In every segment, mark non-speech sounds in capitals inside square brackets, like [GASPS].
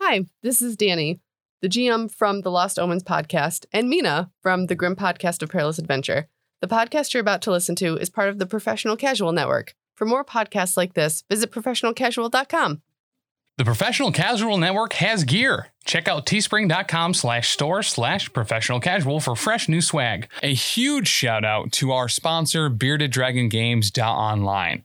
Hi, this is Danny, the GM from the Lost Omens podcast, and Mina from the Grim Podcast of Perilous Adventure. The podcast you're about to listen to is part of the Professional Casual Network. For more podcasts like this, visit professionalcasual.com. The Professional Casual Network has gear. Check out teespring.com slash store slash professional casual for fresh new swag. A huge shout out to our sponsor, Bearded Dragon Games Online.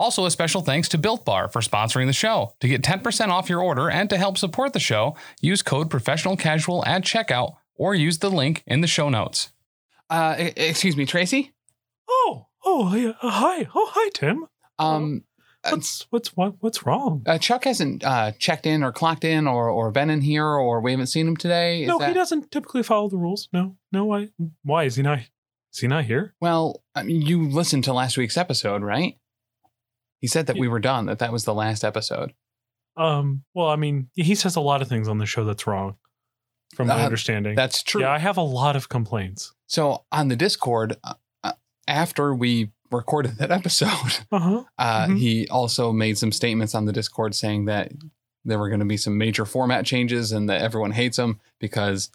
Also, a special thanks to Built Bar for sponsoring the show. To get 10% off your order and to help support the show, use code professional casual at checkout or use the link in the show notes. Uh, e- excuse me, Tracy? Oh, oh, yeah, uh, hi, oh, hi, Tim. Um, uh, What's what's what, what's wrong? uh, Chuck hasn't uh, checked in or clocked in or, or been in here or we haven't seen him today. Is no, that- he doesn't typically follow the rules. No, no, why? Why is he not? Is he not here? Well, I mean, you listened to last week's episode, right? He said that we were done, that that was the last episode. Um. Well, I mean, he says a lot of things on the show that's wrong, from my Uh, understanding. That's true. Yeah, I have a lot of complaints. So on the Discord, uh, uh, after we recorded that episode, Uh huh. uh, Mhm. he also made some statements on the Discord saying that there were going to be some major format changes and that everyone hates him because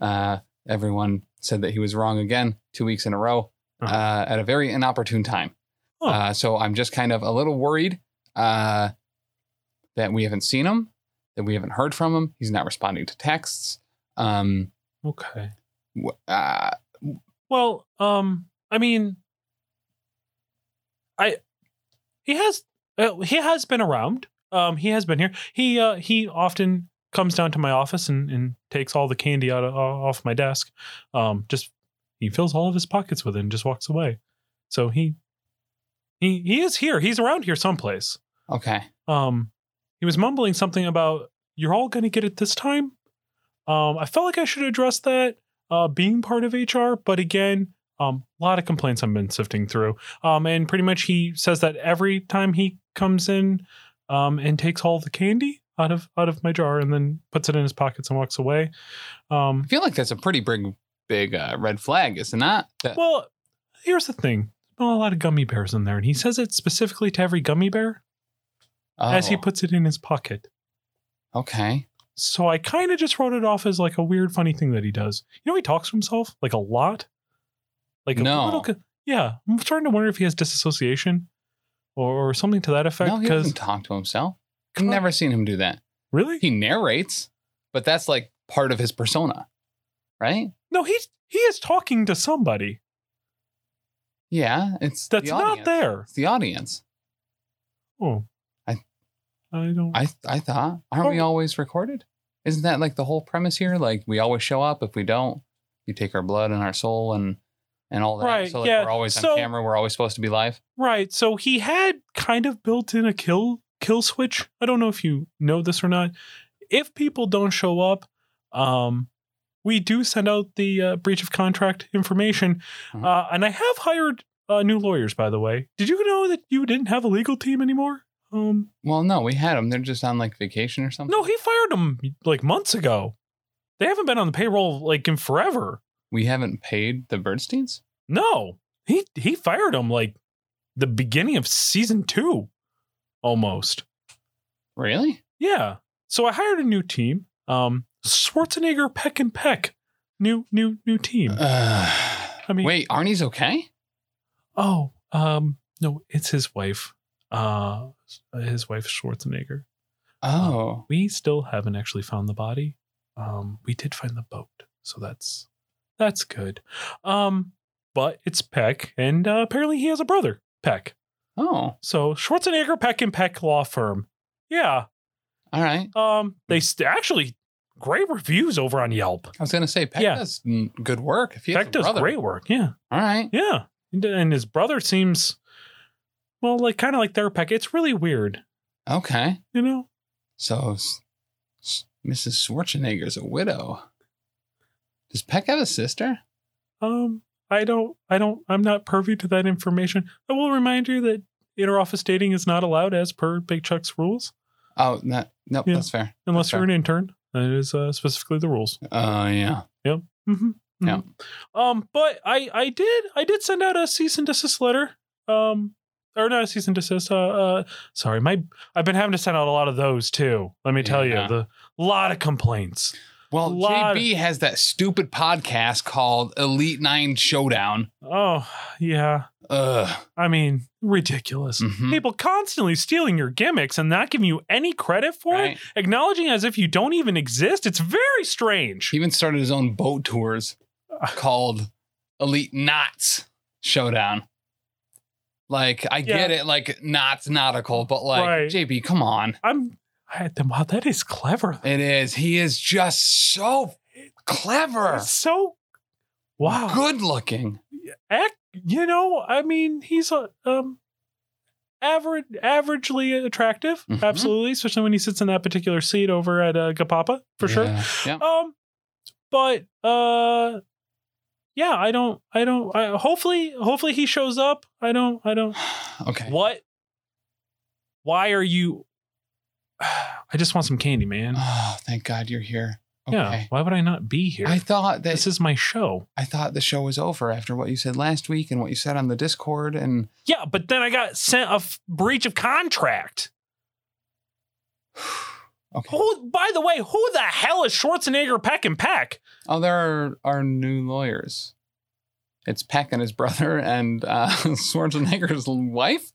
uh, everyone said that he was wrong again two weeks in a row uh, Uh-huh. at a very inopportune time. Huh. Uh, so I'm just kind of a little worried uh, that we haven't seen him, that we haven't heard from him. He's not responding to texts. Um, Okay. w- uh, Well, um, I mean, I he has uh, he has been around. Um, he has been here. He uh, he often comes down to my office and, and takes all the candy out of, off my desk. Um, just he fills all of his pockets with it and just walks away. So he he he is here. He's around here someplace. okay. Um, he was mumbling something about you're all going to get it this time. Um, I felt like I should address that uh, being part of HR, but again, um, a lot of complaints I've been sifting through. Um, and pretty much he says that every time he comes in um, and takes all the candy out of out of my jar and then puts it in his pockets and walks away. Um, I feel like that's a pretty big, big uh, red flag, is it not? That- well, here's the thing. Not a lot of gummy bears in there, and he says it specifically to every gummy bear as he Oh, puts it in his pocket. Okay. So I kind of just wrote it off as like a weird, funny thing that he does. You know, he talks to himself like a lot. Like No. a little. co- Yeah, I'm starting to wonder if he has disassociation or, or something to that effect. no, he Because doesn't talk to himself. I've never seen him do that. really, He narrates, but that's like part of his persona, right? no, he's he is talking to somebody Yeah, it's that's the not audience. there. It's the audience. Oh, I- I don't. I I thought, aren't we Oh. always recorded? Isn't that like the whole premise here? Like we always show up. If we don't, you take our blood and our soul and and all that. Right, so like yeah, we're always on so- camera. We're always supposed to be live. Right. So he had kind of built in a kill kill switch. I don't know if you know this or not. If people don't show up, um, we do send out the uh, breach of contract information. Mhm. Uh, and I have hired uh, new lawyers, by the way. Did you know that you didn't have a legal team anymore? Um, Well, no, we had them. They're just on like vacation or something. no, he fired them like months ago. They haven't been on the payroll like in forever. we haven't paid the Birdsteins. No, he he fired them like the beginning of season two, almost. Really? Yeah. So I hired a new team. Um, Schwarzenegger, Peck and Peck, new new new team. Uh, I mean, Wait, Arnie's okay? oh, um, no, it's his wife. Uh, his wife Schwarzenegger. Uh, Oh, We still haven't actually found the body. Um, we did find the boat, so that's that's good. Um, but it's Peck, and uh, apparently he has a brother, Peck. oh, all So Schwarzenegger, Peck and Peck Law Firm. Yeah. right. Um, they st- actually great reviews over on Yelp. I was gonna say Peck Yeah. does mm, good work. If he has Peck a does brother. great work. Yeah. All right. Yeah. And- And his brother seems, well, like kind of like their Peck. It's really weird, Okay. you know? So s- s- Mrs. Schwarzenegger's a widow. Does Peck have a sister? Um, I don't, I don't, I'm not pervy to that information. I will remind you that interoffice dating is not allowed as per Big Chuck's rules, Oh, no, nope, Yeah. that's fair. unless That's fair. you're an intern. That is uh, specifically the rules. Oh, yeah. Mm-hmm. Yeah. Um, but I, I did, I did send out a cease and desist letter. Um, or not a cease and desist. Uh, uh sorry, my, I've been having to send out a lot of those too. Let me tell Yeah. you, the lot of complaints. Well, Lot JB has that stupid podcast called Elite Nine Showdown. Oh yeah, Ugh. I mean ridiculous. Mhm. People constantly stealing your gimmicks and not giving you any credit for Right? it, acknowledging as if you don't even exist. It's very strange. He even started his own boat tours called Elite Knots Showdown. Like, I get it, like, knots nautical, but like, Right. JB, come on. I'm. I, wow, that is clever. It is. He is just so clever, It's so. Wow. good looking. Ac- you know, I mean, he's a um average, averagely attractive. Mhm. Absolutely, especially when he sits in that particular seat over at uh, Gapapa for sure. Yeah. Yeah. Um, but uh, yeah, I don't, I don't. I, hopefully, hopefully he shows up. I don't, I don't. [SIGHS] Okay. What? Why are you? [SIGHS] I just want some candy, man. Oh, thank God you're here. Oh, Okay. Yeah. Why would I not be here? I thought that this is my show. I thought the show was over after what you said last week and what you said on the Discord and [SIGHS] Yeah, but then I got sent a f- breach of contract. okay. Who, by the way, who the hell is Schwarzenegger Peck and Peck? Oh, there are, are new lawyers. It's Peck and his brother [LAUGHS] and uh, Schwarzenegger's wife,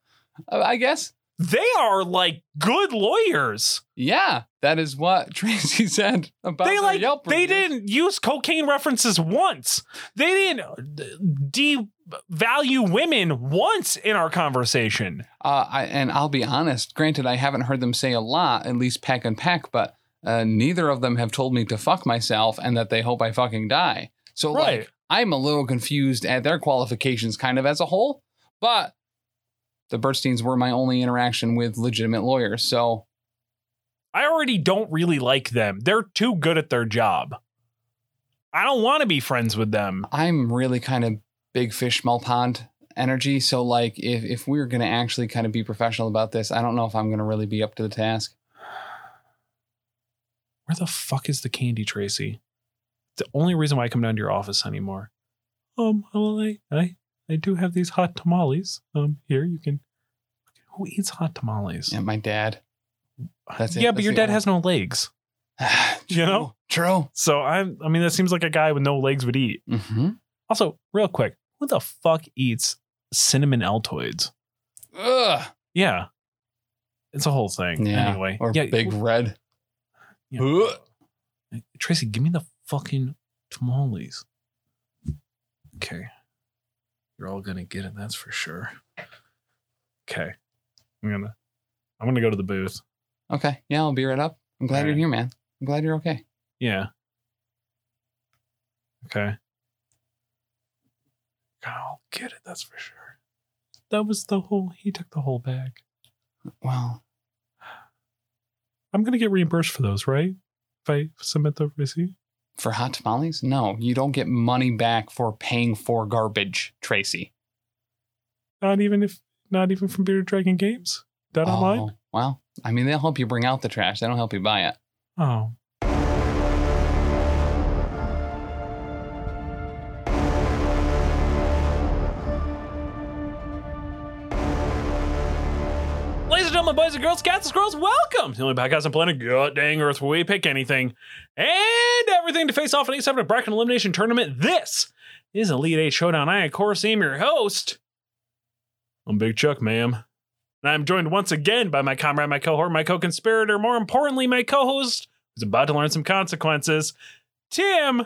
uh, I guess. They are like good lawyers. Yeah, that is what [LAUGHS] Tracy said about they their like Yelp they reviews. didn't use cocaine references once. They didn't uh, devalue women once in our conversation. Uh, I, and I'll be honest. Granted, I haven't heard them say a lot, at least peck and peck, but uh, neither of them have told me to fuck myself and that they hope I fucking die. So Right. like, I'm a little confused at their qualifications, kind of as a whole. But the Bernsteins were my only interaction with legitimate lawyers, so I already don't really like them. They're too good at their job. I don't want to be friends with them. I'm really kind of big fish small pond energy. So like, if if we're gonna actually kind of be professional about this, I don't know if I'm gonna really be up to the task. Where the fuck is the candy, Tracy? The only reason why I come down to your office anymore. Um, well, I, I, I do have these hot tamales. Um, here you can. Who eats hot tamales? And my dad, [SIGHS] that's it. yeah, but That's your the dad only- has no legs. You know? true. So I, I mean, that seems like a guy with no legs would eat. Mm-hmm. Also, real quick, who the fuck eats cinnamon Altoids? Ugh. Yeah, it's a whole thing. Yeah. Anyway, Or yeah, big red. Yeah. Ugh. Tracy, give me the fucking tamales. Okay. You're all gonna get it, that's for sure. Okay. I'm gonna I'm gonna go to the booth. Okay. Yeah, I'll be right up. I'm glad you're Alright. here, man. I'm glad you're okay. Yeah. Okay. God, I'll get it, that's for sure. That was the whole he took the whole bag. Well, I'm gonna get reimbursed for those, right? If I submit the receipt? for hot tamales? No, you don't get money back for paying for garbage, Tracy. Not even if not even from Bearded Dragon Oh, Games? That online? well, I mean, they'll help you bring out the trash. They don't help you buy it. Oh. Ladies and gentlemen, boys and girls, cats and squirrels, welcome to the only podcast on planet God dang Earth where we pick anything and everything to face off in a seven bracket elimination tournament. This is Elite Eight Showdown. I, of course, am your host. I'm Big Chuck, ma'am. And I'm joined once again by my comrade, my cohort, my co conspirator, more importantly, my co host, who's about to learn some consequences, Tim.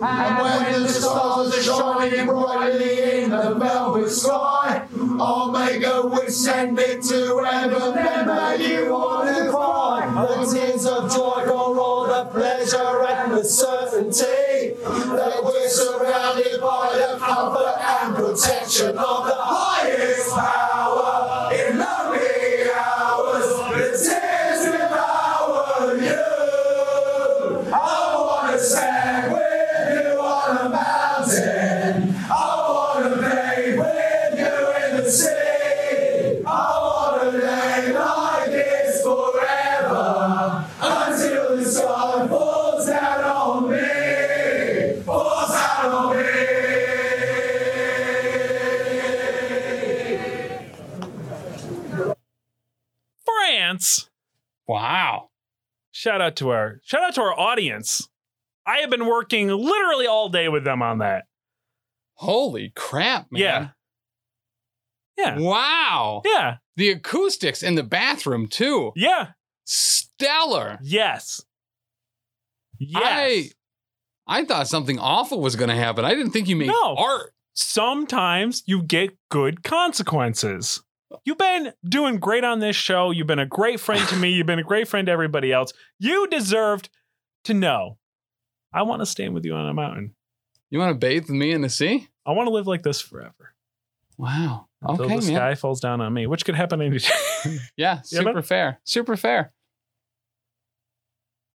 And when the stars are shining brightly in the velvet sky, I'll make a wish, send it to heaven, never you want to cry. The tears of joy for all the pleasure and the certainty that we're surrounded by the comfort and protection of the highest power in lonely hours. The tears devour you. I wanna stand with you on a mountain. I wanna play with you in the sea. I wanna lay like this forever until the sun falls down on me. Falls down on me. France. Wow. Shout out to our shout out to our audience. I have been working literally all day with them on that. Holy crap, man. Yeah. Yeah. Wow. Yeah. The acoustics in the bathroom, too. Yeah. Stellar. Yes. Yes. I I thought something awful was going to happen. I didn't think you made No. art. sometimes you get good consequences. You've been doing great on this show. You've been a great friend to me. You've been a great friend to everybody else. You deserved to know. I want to stand with you on a mountain. You want to bathe with me in the sea? I want to live like this forever Wow. until okay, the man. sky falls down on me, which could happen any [LAUGHS] day. Yeah, Yeah, super man. fair. Super fair.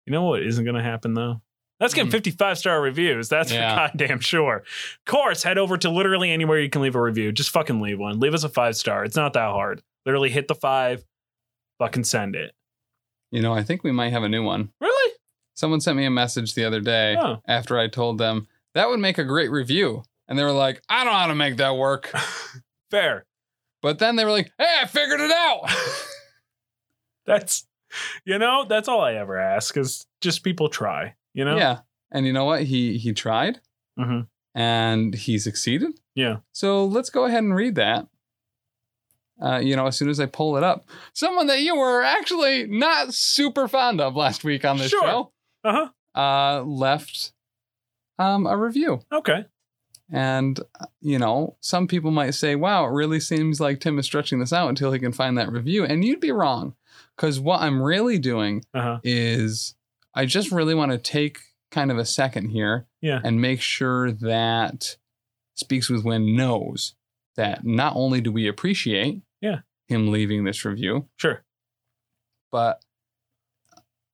You know what isn't going to happen though? That's getting Mm. 55 star reviews. That's Yeah. for goddamn sure. Of course, head over to literally anywhere you can leave a review. Just fucking leave one. Leave us a five star. It's not that hard. Literally hit the five, fucking send it. You know, I think we might have a new one. Really? Someone sent me a message the other day Oh. after I told them that would make a great review. And they were like, I don't know how to make that [LAUGHS] work. Fair. But then they were like, hey, I figured it out. [LAUGHS] That's, you know, that's all I ever ask is just people try, you know? Yeah. And you know what? He he tried Mhm. and he succeeded. Yeah. So let's go ahead and read that. Uh, you know, as soon as I pull it up, someone that you were actually not super fond of last week on this Sure. show Uh uh, left um, a review. huh. Okay. And, uh, you know, some people might say, wow, it really seems like Tim is stretching this out until he can find that review. And you'd be wrong. Because what I'm really doing Uh huh. is I just really want to take kind of a second here Yeah. and make sure that Speaks with Win knows that not only do we appreciate Yeah. him leaving this review, Sure. but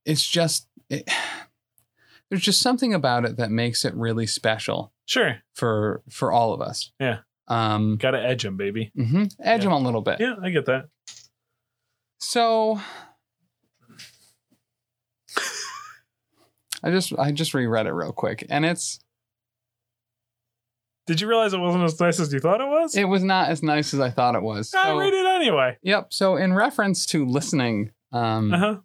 it's just it, [SIGHS] there's just something about it that makes it really special Sure. for for all of us. Yeah. Um. Got to edge him, baby. mhm. Edge Yeah. him a little bit. Yeah, I get that. So I just I just reread it real quick and it's Did you realize it wasn't as nice as you thought it was? it was not as nice as I thought it was. I So- read it anyway. Yep. So in reference to listening um Uh huh.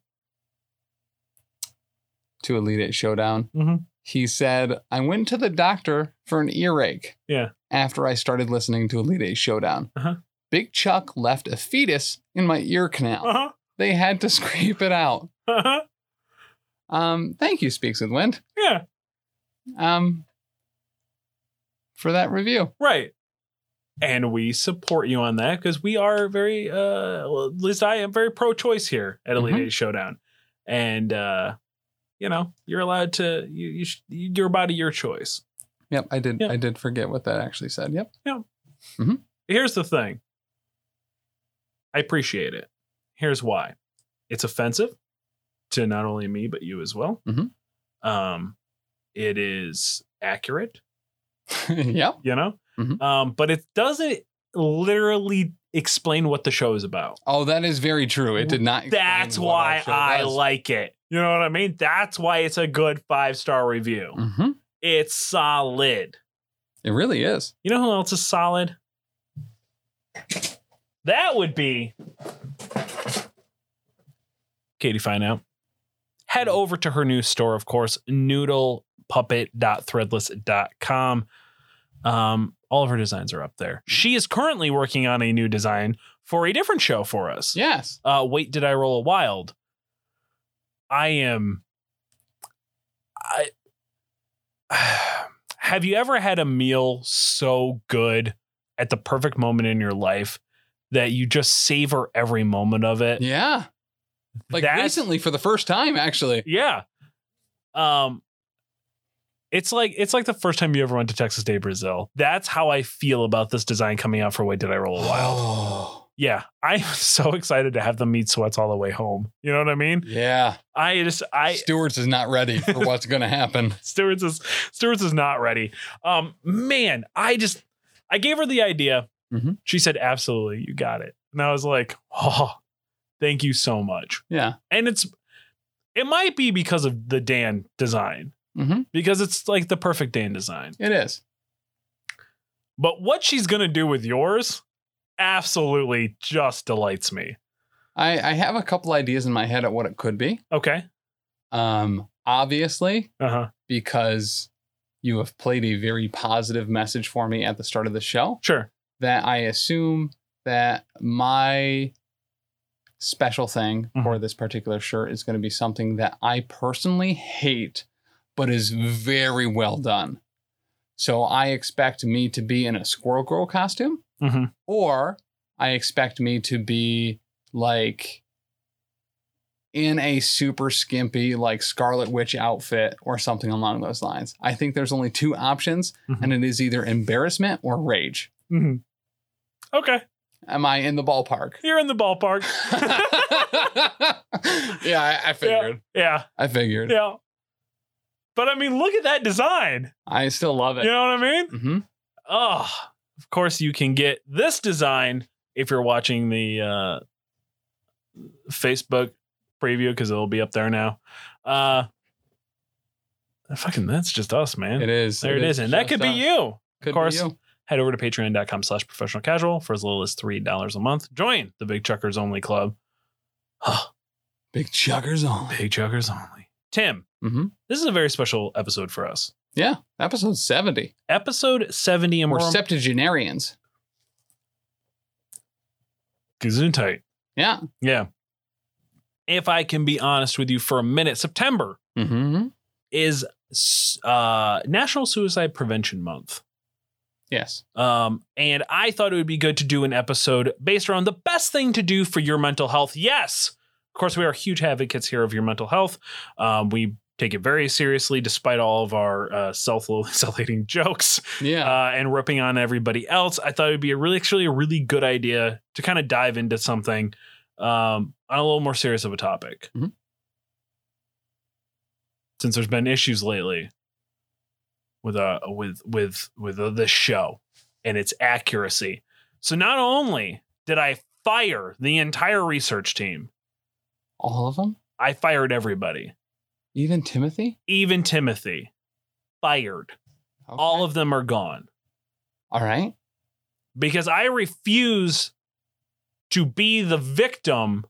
to Elite Eight Showdown, Mhm. he said, I went to the doctor for an earache. Yeah. After I started listening to Elite Eight Showdown. Uh-huh. Big Chuck left a fetus in my ear canal. Uh huh. They had to scrape it out. Uh huh. Um, thank you, Speaks with Wind. Yeah. um, for that review. Right. And we support you on that because we are very, uh, well, at least I am very pro choice here at Elite Mhm. Eight Showdown. And, uh, you know, you're allowed to, you, you sh- your body, your choice. Yep, I did. Yeah. I did forget what that actually said. [LAUGHS] Yep. Here's the thing I appreciate it. Here's why it's offensive to not only me, but you as well. Mhm. Um, it is accurate. yep. you know Mhm. um but it doesn't literally explain what the show is about Oh, that is very true. It did not. explain that's what why our show i was. like it you know what i mean that's why it's a good five star review Mhm. it's solid It really is. you know who else is solid that would be katie find out head over to her new store of course noodlepuppet.threadless.com um, all of her designs are up there she is currently working on a new design for a different show for us Yes. uh, wait did i roll a wild I am. I. [SIGHS] Have you ever had a meal so good at the perfect moment in your life that you just savor every moment of it? Yeah. Like That's- recently for the first time, actually. Yeah. Um it's like it's like the first time you ever went to Texas Day Brazil. That's how I feel about this design coming out for Wait Did I Roll a Wild? Wow. yeah. [LAUGHS] I'm so excited to have them meet sweats all the way home. You know what I mean? [GASPS] Yeah. I just I Stewart's is not ready [LAUGHS] for what's going to happen. Stewart's is Stewart's is not ready. Um man, I just I gave her the idea. Mhm. She said, absolutely, you got it. And I was like, oh, thank you so much. Yeah. And it's it might be because of the Dan design, Mhm. because it's like the perfect Dan design. It is. But what she's gonna do with yours absolutely just delights me. I, I have a couple ideas in my head at what it could be. Okay. Um, obviously, Uh-huh. because you have played a very positive message for me at the start of the show, Sure. that I assume that my special thing for this particular shirt is going to be something that I personally hate, but is very well done. So I expect me to be in a Squirrel Girl costume hmm or I expect me to be like in a super skimpy like Scarlet Witch outfit or something along those lines. I think there's only two options, Mhm. and it is either embarrassment or rage. hmm Okay. Am I in the ballpark? [LAUGHS] You're in the ballpark. yeah, I, I figured. Yeah. I figured. Yeah. But I mean, look at that design. I still love You it. know what I mean? hmm Oh, of course you can get this design if you're watching the uh, Facebook preview because it'll be up there now. Uh, fucking, that's just us, man. It is. there it is, and that just could be us. you. Could be course. you. Head over to patreon.com slash professional casual for as little as $3 a month. Join the Big Chuckers Only Club. Big chuggers on. Big Chuckers Only. Mm-hmm. Tim, hmm this is a very special episode for us. Yeah, episode 70. Episode 70 and We're we're septuagenarians. Gesundheit. Yeah. Yeah. If I can be honest with you for a minute, September Mm-hmm. is uh, National Suicide Prevention Month. Yes. Um, and I thought it would be good to do an episode based around the best thing to do for your mental health. Yes, of course, we are huge advocates here of your mental health. Um, we take it very seriously, despite all of our uh, self-loathing, [LAUGHS] self-hating jokes Yeah. [LAUGHS] uh, and ripping on everybody else. I thought it would be a really, actually, a really good idea to kind of dive into something um, on a little more serious of a topic. Mhm. Since there's been issues lately with uh with with with uh, this show and its accuracy. So not only did I fire the entire research team, All of them? I fired everybody, Even Timothy? even Timothy, fired. Okay. All of them are gone. All right. because I refuse to be the victim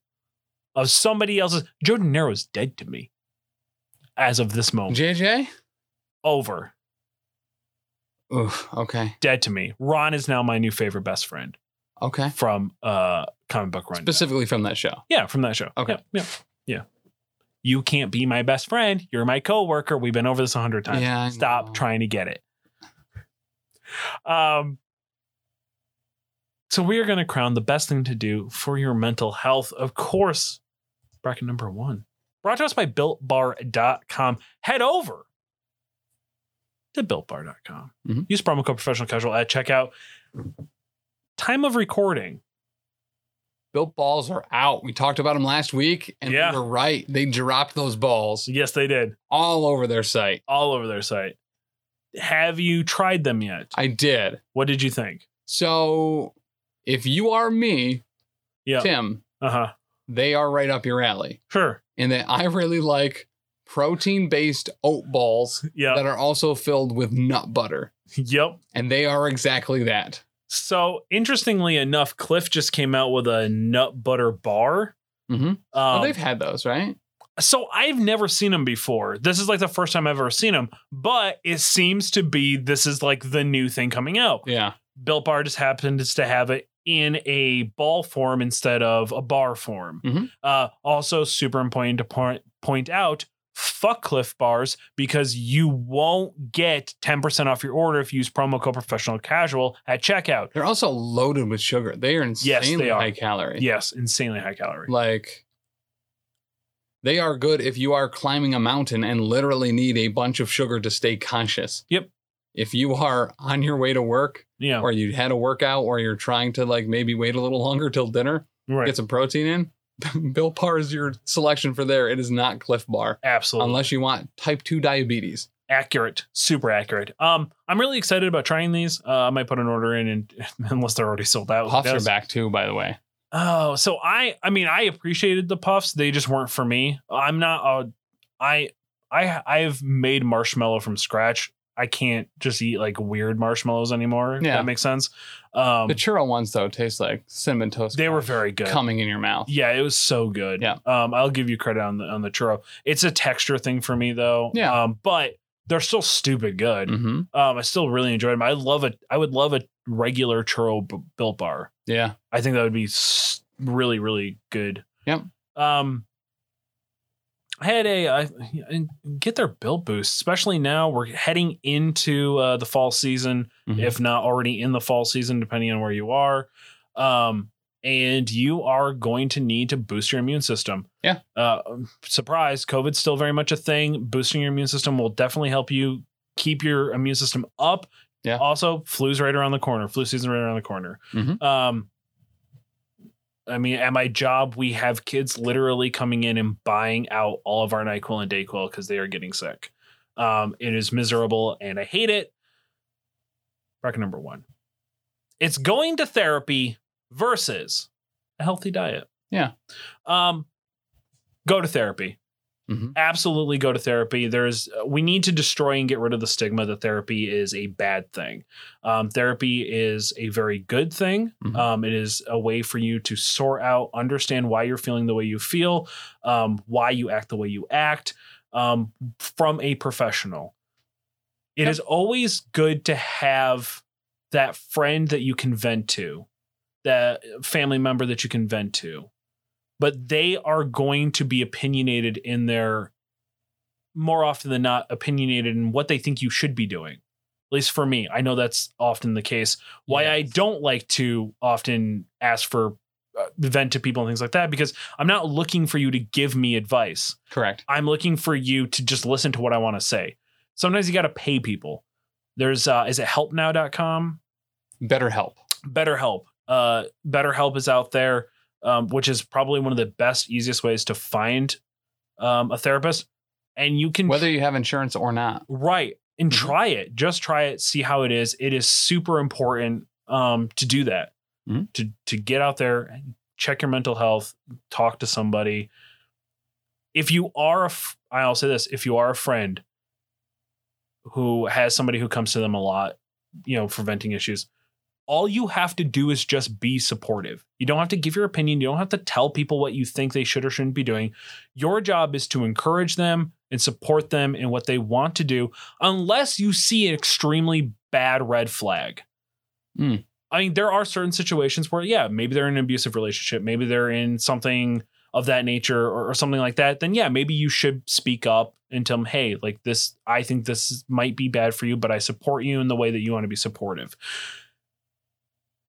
of somebody else's. Joe De Niro's dead to me as of this moment. JJ? Over. Oof. Okay. Dead to me. Ron is now my new favorite best friend Okay. from uh comic book run. Specifically from that show. Yeah, from that show. Okay. Yeah, yeah. yeah. You can't be my best friend. You're my coworker. We've been over this a hundred times. Yeah, I Stop know. trying to get it. Um. So we are going to crown the best thing to do for your mental health, of course. Bracket number one. Brought to us by BuiltBar.com. Head over to BuiltBar.com. Mhm. Use promo code Professional Casual at checkout. Time of recording. Built balls are out. We talked about them last week, and Yeah. we were right. They dropped those balls Yes, they did. all over their site. all over their site. Have you tried them yet? I did. What did you think? So if you are me, Yeah. Tim, Uh huh. they are right up your alley. Sure. And that I really like protein based oat balls Yeah. that are also filled with nut butter. Yep. And they are exactly that. So interestingly enough, Cliff just came out with a nut butter bar. hmm Um, they've had those, right? so I've never seen them before. This is like the first time I've ever seen them, but it seems to be this is like the new thing coming out. Yeah. Built Bar just happens to have it in a ball form instead of a bar form. Mhm. Uh, also, super important to point point out. Fuck Cliff Bars because you won't get 10% off your order if you use promo code professional casual at checkout. They're also loaded with sugar. They are they insanely are. high calorie. Yes, insanely high calorie. Like they are good if you are climbing a mountain and literally need a bunch of sugar to stay conscious. Yep. If you are on your way to work Yeah, or you had a workout or you're trying to like maybe wait a little longer till dinner, right. get some protein in, [LAUGHS] Bill Par is your selection for there. It is not Cliff Bar Absolutely. unless you want type 2 diabetes. accurate, super accurate. Um, I'm really excited about trying these. Uh, I might put an order in, and [LAUGHS] unless they're already sold out. Puffs are That's- back too, by the way. Oh, so I, I mean, I appreciated the puffs. They just weren't for me. I'm not. Uh, I, I, I've made marshmallow from scratch. I can't just eat like weird marshmallows anymore. if Yeah. that makes sense. Um, The churro ones though taste like cinnamon toast. they were crunch very good. coming in your mouth. Yeah, it was so good. Yeah. Um, I'll give you credit on the on the churro. It's a texture thing for me though. Yeah. Um, but they're still stupid good. hmm Um, I still really enjoyed them. I love a, I would love a regular churro b- built bar. Yeah. I think that would be s- really, really good. Yep. Um, I had a uh, get their built boost, especially now we're heading into uh, the fall season Mhm. if not already in the fall season, depending on where you are. Um, and you are going to need to boost your immune system. Yeah. Uh, surprise, COVID's still very much a thing. Boosting your immune system will definitely help you keep your immune system up. Yeah. Also, flu's right around the corner. Flu season right around the corner. Mhm. Um, I mean, at my job, we have kids literally coming in and buying out all of our NyQuil and DayQuil because they are getting sick. Um, it is miserable and I hate it. Record number one. It's going to therapy versus a healthy diet. Yeah. Um, go to therapy. Mhm. Absolutely go to therapy. There's uh, we need to destroy and get rid of the stigma that therapy is a bad thing. Um, therapy is a very good thing. Mhm. Um, it is a way for you to sort out, understand why you're feeling the way you feel, um, why you act the way you act, um, from a professional. It is Yep. always good to have that friend that you can vent to, that family member that you can vent to, but they are going to be opinionated in their more often than not opinionated in what they think you should be doing. At least for me, I know that's often the case. Why I Yes. don't like to often ask for uh, vent to people and things like that because I'm not looking for you to give me advice. Correct. I'm looking for you to just listen to what I want to say. Sometimes you got to pay people. There's uh is it helpnow.com? Better help. BetterHelp. Uh BetterHelp is out there um which is probably one of the best easiest ways to find um a therapist and you can Whether you have insurance or [LAUGHS] not. [LAUGHS] right and Mhm. try it. Just try it, see how it is. It is super important um to do that. Mhm. To to get out there, and check your mental health, talk to somebody if you are a f- i'll say this if you are a friend who has somebody who comes to them a lot you know for venting issues all you have to do is just be supportive you don't have to give your opinion you don't have to tell people what you think they should or shouldn't be doing your job is to encourage them and support them in what they want to do unless you see an extremely bad red flag Hmm. i mean there are certain situations where yeah maybe they're in an abusive relationship maybe they're in something of that nature or, or something like that, then yeah, maybe you should speak up and tell them, hey, like this, I think this is- might be bad for you, but I support you in the way that you want to be supportive.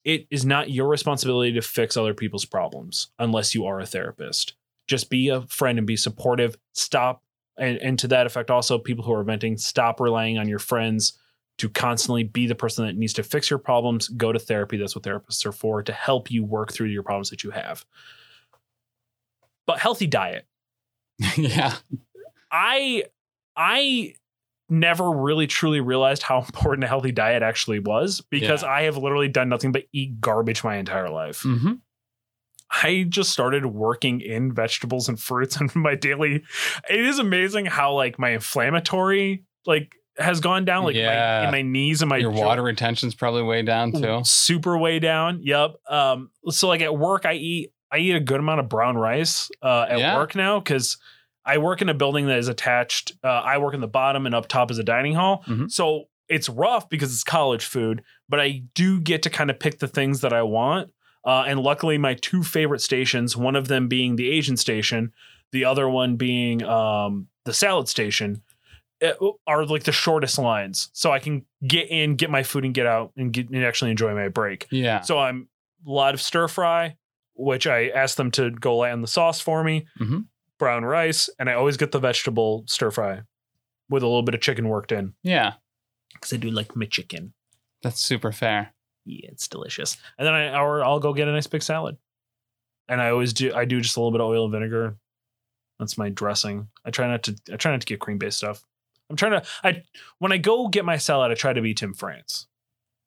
It is not your responsibility to fix other people's problems unless you are a therapist. Just be a friend and be supportive. Stop. And, and to that effect, also, people who are venting, stop relying on your friends to constantly be the person that needs to fix your problems. Go to therapy. That's what therapists are for to help you work through your problems that you have. But healthy diet. yeah. I I never really truly realized how [LAUGHS] important a healthy diet actually was because Yeah. I have literally done nothing but eat garbage my entire life. Mm-hmm. I just started working in vegetables and fruits [LAUGHS] and my daily it is amazing how like my inflammatory like has gone down like Yeah. my, in my knees and my Your jo- water retention's probably way down too. super way down. Yep. Um. So like at work, I eat I eat a good amount of brown rice uh, at Yeah. work now because I work in a building that is attached. Uh, I work in the bottom and up top is a dining hall. Mhm. So it's rough because it's college food, but I do get to kind of pick the things that I want. Uh, and luckily, my two favorite stations, one of them being the Asian station, the other one being um, the salad station, eh, are like the shortest lines. So I can get in, get my food, and get out and, get, and actually enjoy my break. Yeah. So I'm a lot of stir fry, which I asked them to go lay on the sauce for me, Mhm. brown rice, and I always get the vegetable stir fry with a little bit of chicken worked in Yeah. because I do like my chicken. That's super fair. Yeah, it's delicious. And then I or I'll go get a nice big salad, and I always do. I do just a little bit of oil and vinegar. That's my dressing. I try not to. I try not to get cream based stuff. I'm trying to. I when I go get my salad, I try to be Tim France. [LAUGHS]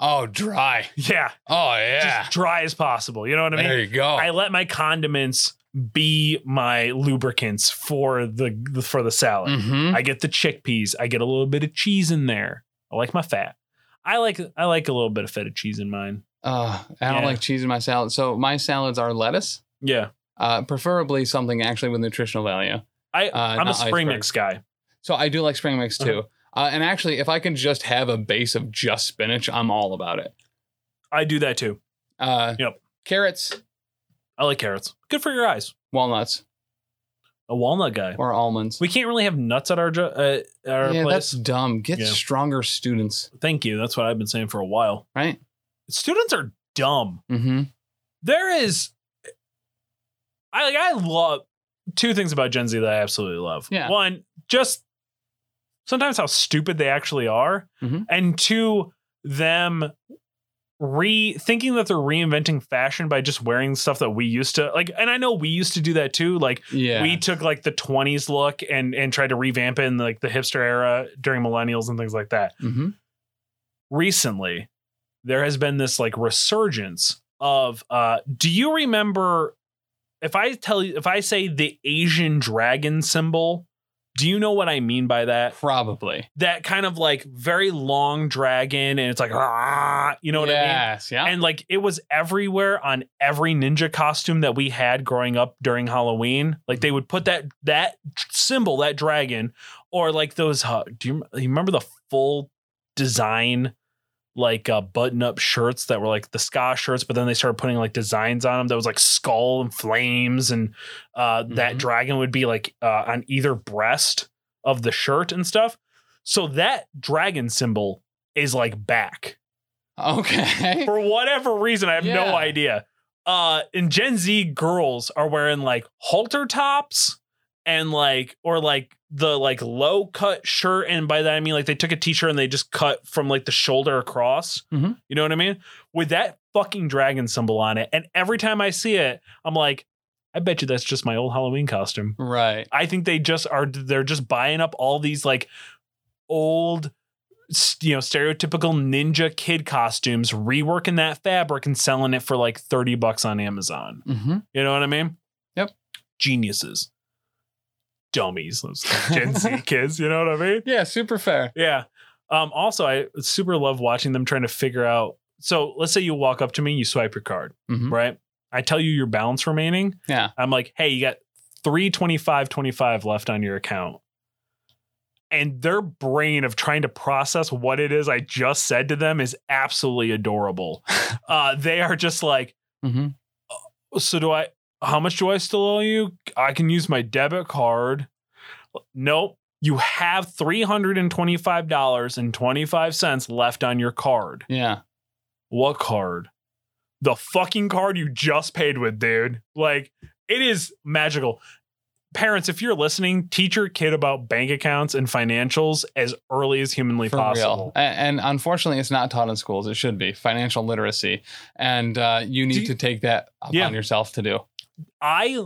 Oh, dry. Yeah, Oh, yeah. just dry as possible. You know what [LAUGHS] I mean? there you go. I let my condiments be my lubricants for the for the salad. Mhm. I get the chickpeas. I get a little bit of cheese in there. I like my fat. I like I like a little bit of feta cheese in mine. Uh, I don't Yeah. like cheese in my salad. So my salads are lettuce, Yeah. uh, preferably something actually with nutritional value. I Uh, I'm a not spring iceberg. mix Uh-huh. guy. So I do like spring mix too. Uh, and actually, if I can just have a base of just spinach, I'm all about it. I do that too. Uh, Yep. Carrots, I like carrots. Good for your eyes. walnuts, A walnut guy. or almonds. We can't really have nuts at our jo- uh, at our yeah, that's place. dumb. Get Yeah. stronger students, Thank you. That's what I've been saying for a while. right? Students are dumb. Mm-hmm. there is I like I love two things about Gen Z that I absolutely love. Yeah. One, just sometimes how stupid they actually are. Mhm. And two, them re thinking that they're reinventing fashion by just wearing stuff that we used to like and I know we used to do that too. Like Yeah. we took like the 20s look and and tried to revamp it in like the hipster era during millennials and things like that hmm recently there has been this like resurgence of uh do you remember if i tell you if i say the asian dragon symbol do you know what i mean by that Probably. that kind of like very long dragon and it's like ah, you know what i mean yes. Yeah. and like it was everywhere on every ninja costume that we had growing up during Halloween. Like they would put that that symbol, that dragon, or like those. Uh, do you, you remember the full design, like uh, button up shirts that were like the ska shirts, but then they started putting like designs on them that was like skull and flames, and uh, that Mhm. dragon would be like uh, on either breast of the shirt and stuff. So that dragon symbol is like back [LAUGHS] okay. [LAUGHS] for whatever reason, I have Yeah. no idea. Uh, and Gen Z girls are wearing like halter tops and like or like the like low cut shirt, and by that I mean like they took a t-shirt and they just cut from like the shoulder across. Mhm. You know what I mean? With that fucking dragon symbol on it, and every time I see it, I'm like, I bet you that's just my old Halloween costume. right. I think they just are they're just buying up all these like old s- you know stereotypical ninja kid costumes reworking that fabric and selling it for like 30 bucks on Amazon. Mm-hmm. You know what I mean? Yep. Geniuses. Dummies, those Gen Z kids, you know what I mean? Yeah. Super fair. Yeah. Um also I super love watching them trying to figure out so let's say you walk up to me, you swipe your card, Mhm. right? I tell you your balance remaining. Yeah. I'm like, hey, you got 325 25 left on your account. And their brain of trying to process what it is I just said to them is absolutely adorable. uh, they are just like, Mm-hmm. so do I how much do I still owe you? I can use my debit card. Nope. You have $325.25 left on your card. Yeah. What card? The fucking card you just paid with, dude. Like, it is magical. Parents, if you're listening, teach your kid about bank accounts and financials as early as humanly For real. possible. A- And, unfortunately, it's not taught in schools. It should be financial literacy. And uh, you need you- to take that upon Yeah. yourself to do. I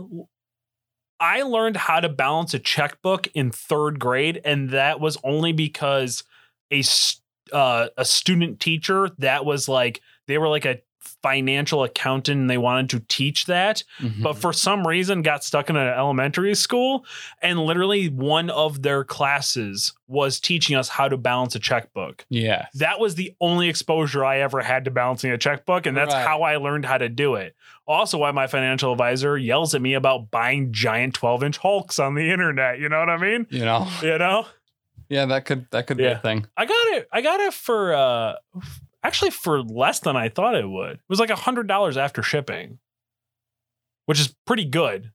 I learned how to balance a checkbook in third grade, and that was only because a s- uh, a student teacher that was like they were like a financial accountant and they wanted to teach that Mm-hmm. but for some reason got stuck in an elementary school and literally one of their classes was teaching us how to balance a checkbook yeah. that was the only exposure i ever had to balancing a checkbook and that's Right. how i learned how to do it also why my financial advisor yells at me about buying giant 12 inch hulks on the internet you know what i mean You know. you know Yeah, that could that could be Yeah. a thing. i got it i got it for uh actually for less than I thought it would. It was like $100 after shipping, which is pretty good.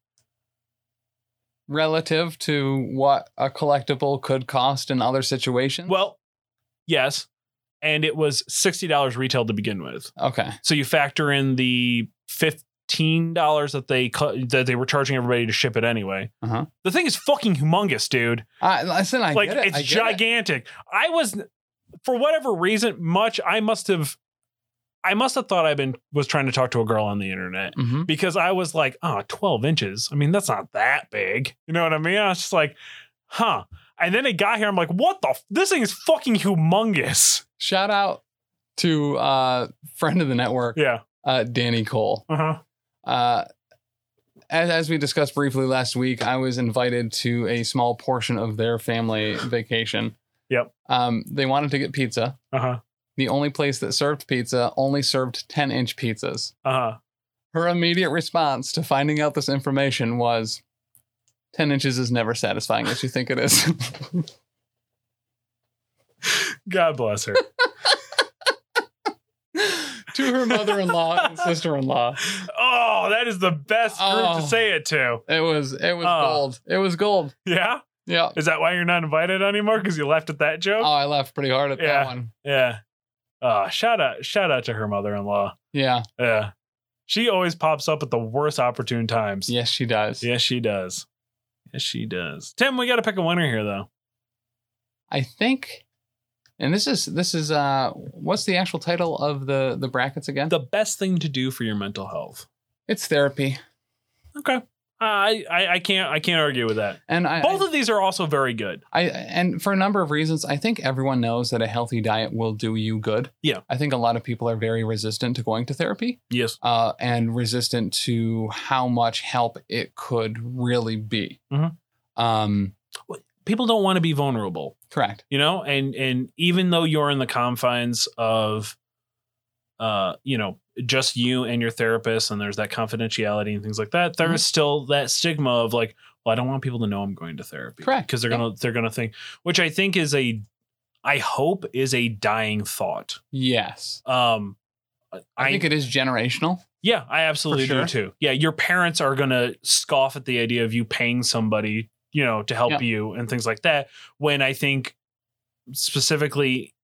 relative to what a collectible could cost in other situations? Well, yes. And it was $60 retail to begin with. okay. So you factor in the $15 that they cu- that they were charging everybody to ship it anyway. Uh-huh. The thing is fucking humongous, dude. I, listen, I like get it. it's I get it. gigantic. I was for whatever reason much I must have I must have thought I've been was trying to talk to a girl on the internet Mhm. because I was like, oh, 12 inches. I mean, that's not that big. You know what I mean? I was just like, huh. And then it got here. I'm like, what the? F- this thing is fucking humongous. Shout out to uh, friend of the network, Yeah. uh, Danny Cole. Uh huh. Uh, as, as we discussed briefly last week, I was invited to a small portion of their family vacation. Yep. Um, they wanted to get pizza. Uh huh. The only place that served pizza only served 10 inch pizzas. Uh huh. Her immediate response to finding out this information was 10 inches is never satisfying as you think it is. [LAUGHS] God bless her. to her mother in law [LAUGHS] and sister in law. oh, that is the best group Oh. to say it to. It was it was Oh. gold. It was gold. Yeah. Yeah. Is that why you're not invited anymore? Because you laughed at that joke? Oh, I laughed pretty hard at Yeah. that one. Yeah. Uh, shout out, shout out to her mother-in-law. Yeah. Yeah. She always pops up at the worst opportune times. Yes, she does. Yes, she does. Yes, she does. Tim, we got to pick a winner here, though. I think and this is this is uh what's the actual title of the the brackets again? The best thing to do for your mental health. it's therapy. Okay. I, I I can't I can't argue with that. And I Both of these are also very good. I and for a number of reasons, I think everyone knows that a healthy diet will do you good. Yeah. I think a lot of people are very resistant to going to therapy, Yes. uh, and resistant to how much help it could really be. Mhm. Um, People don't want to be vulnerable, correct. you know, and and even though you're in the confines of uh, you know, just you and your therapist and there's that confidentiality and things like that, Mm-hmm. there is still that stigma of like, well, I don't want people to know I'm going to therapy. Correct. Because they're Yeah. gonna they're gonna think which I think is a I hope is a dying thought. Yes, Um I, think it is generational. Yeah, I absolutely sure. do too. Yeah, your parents are going to scoff at the idea of you paying somebody, you know, to help Yeah. you and things like that. When I think specifically,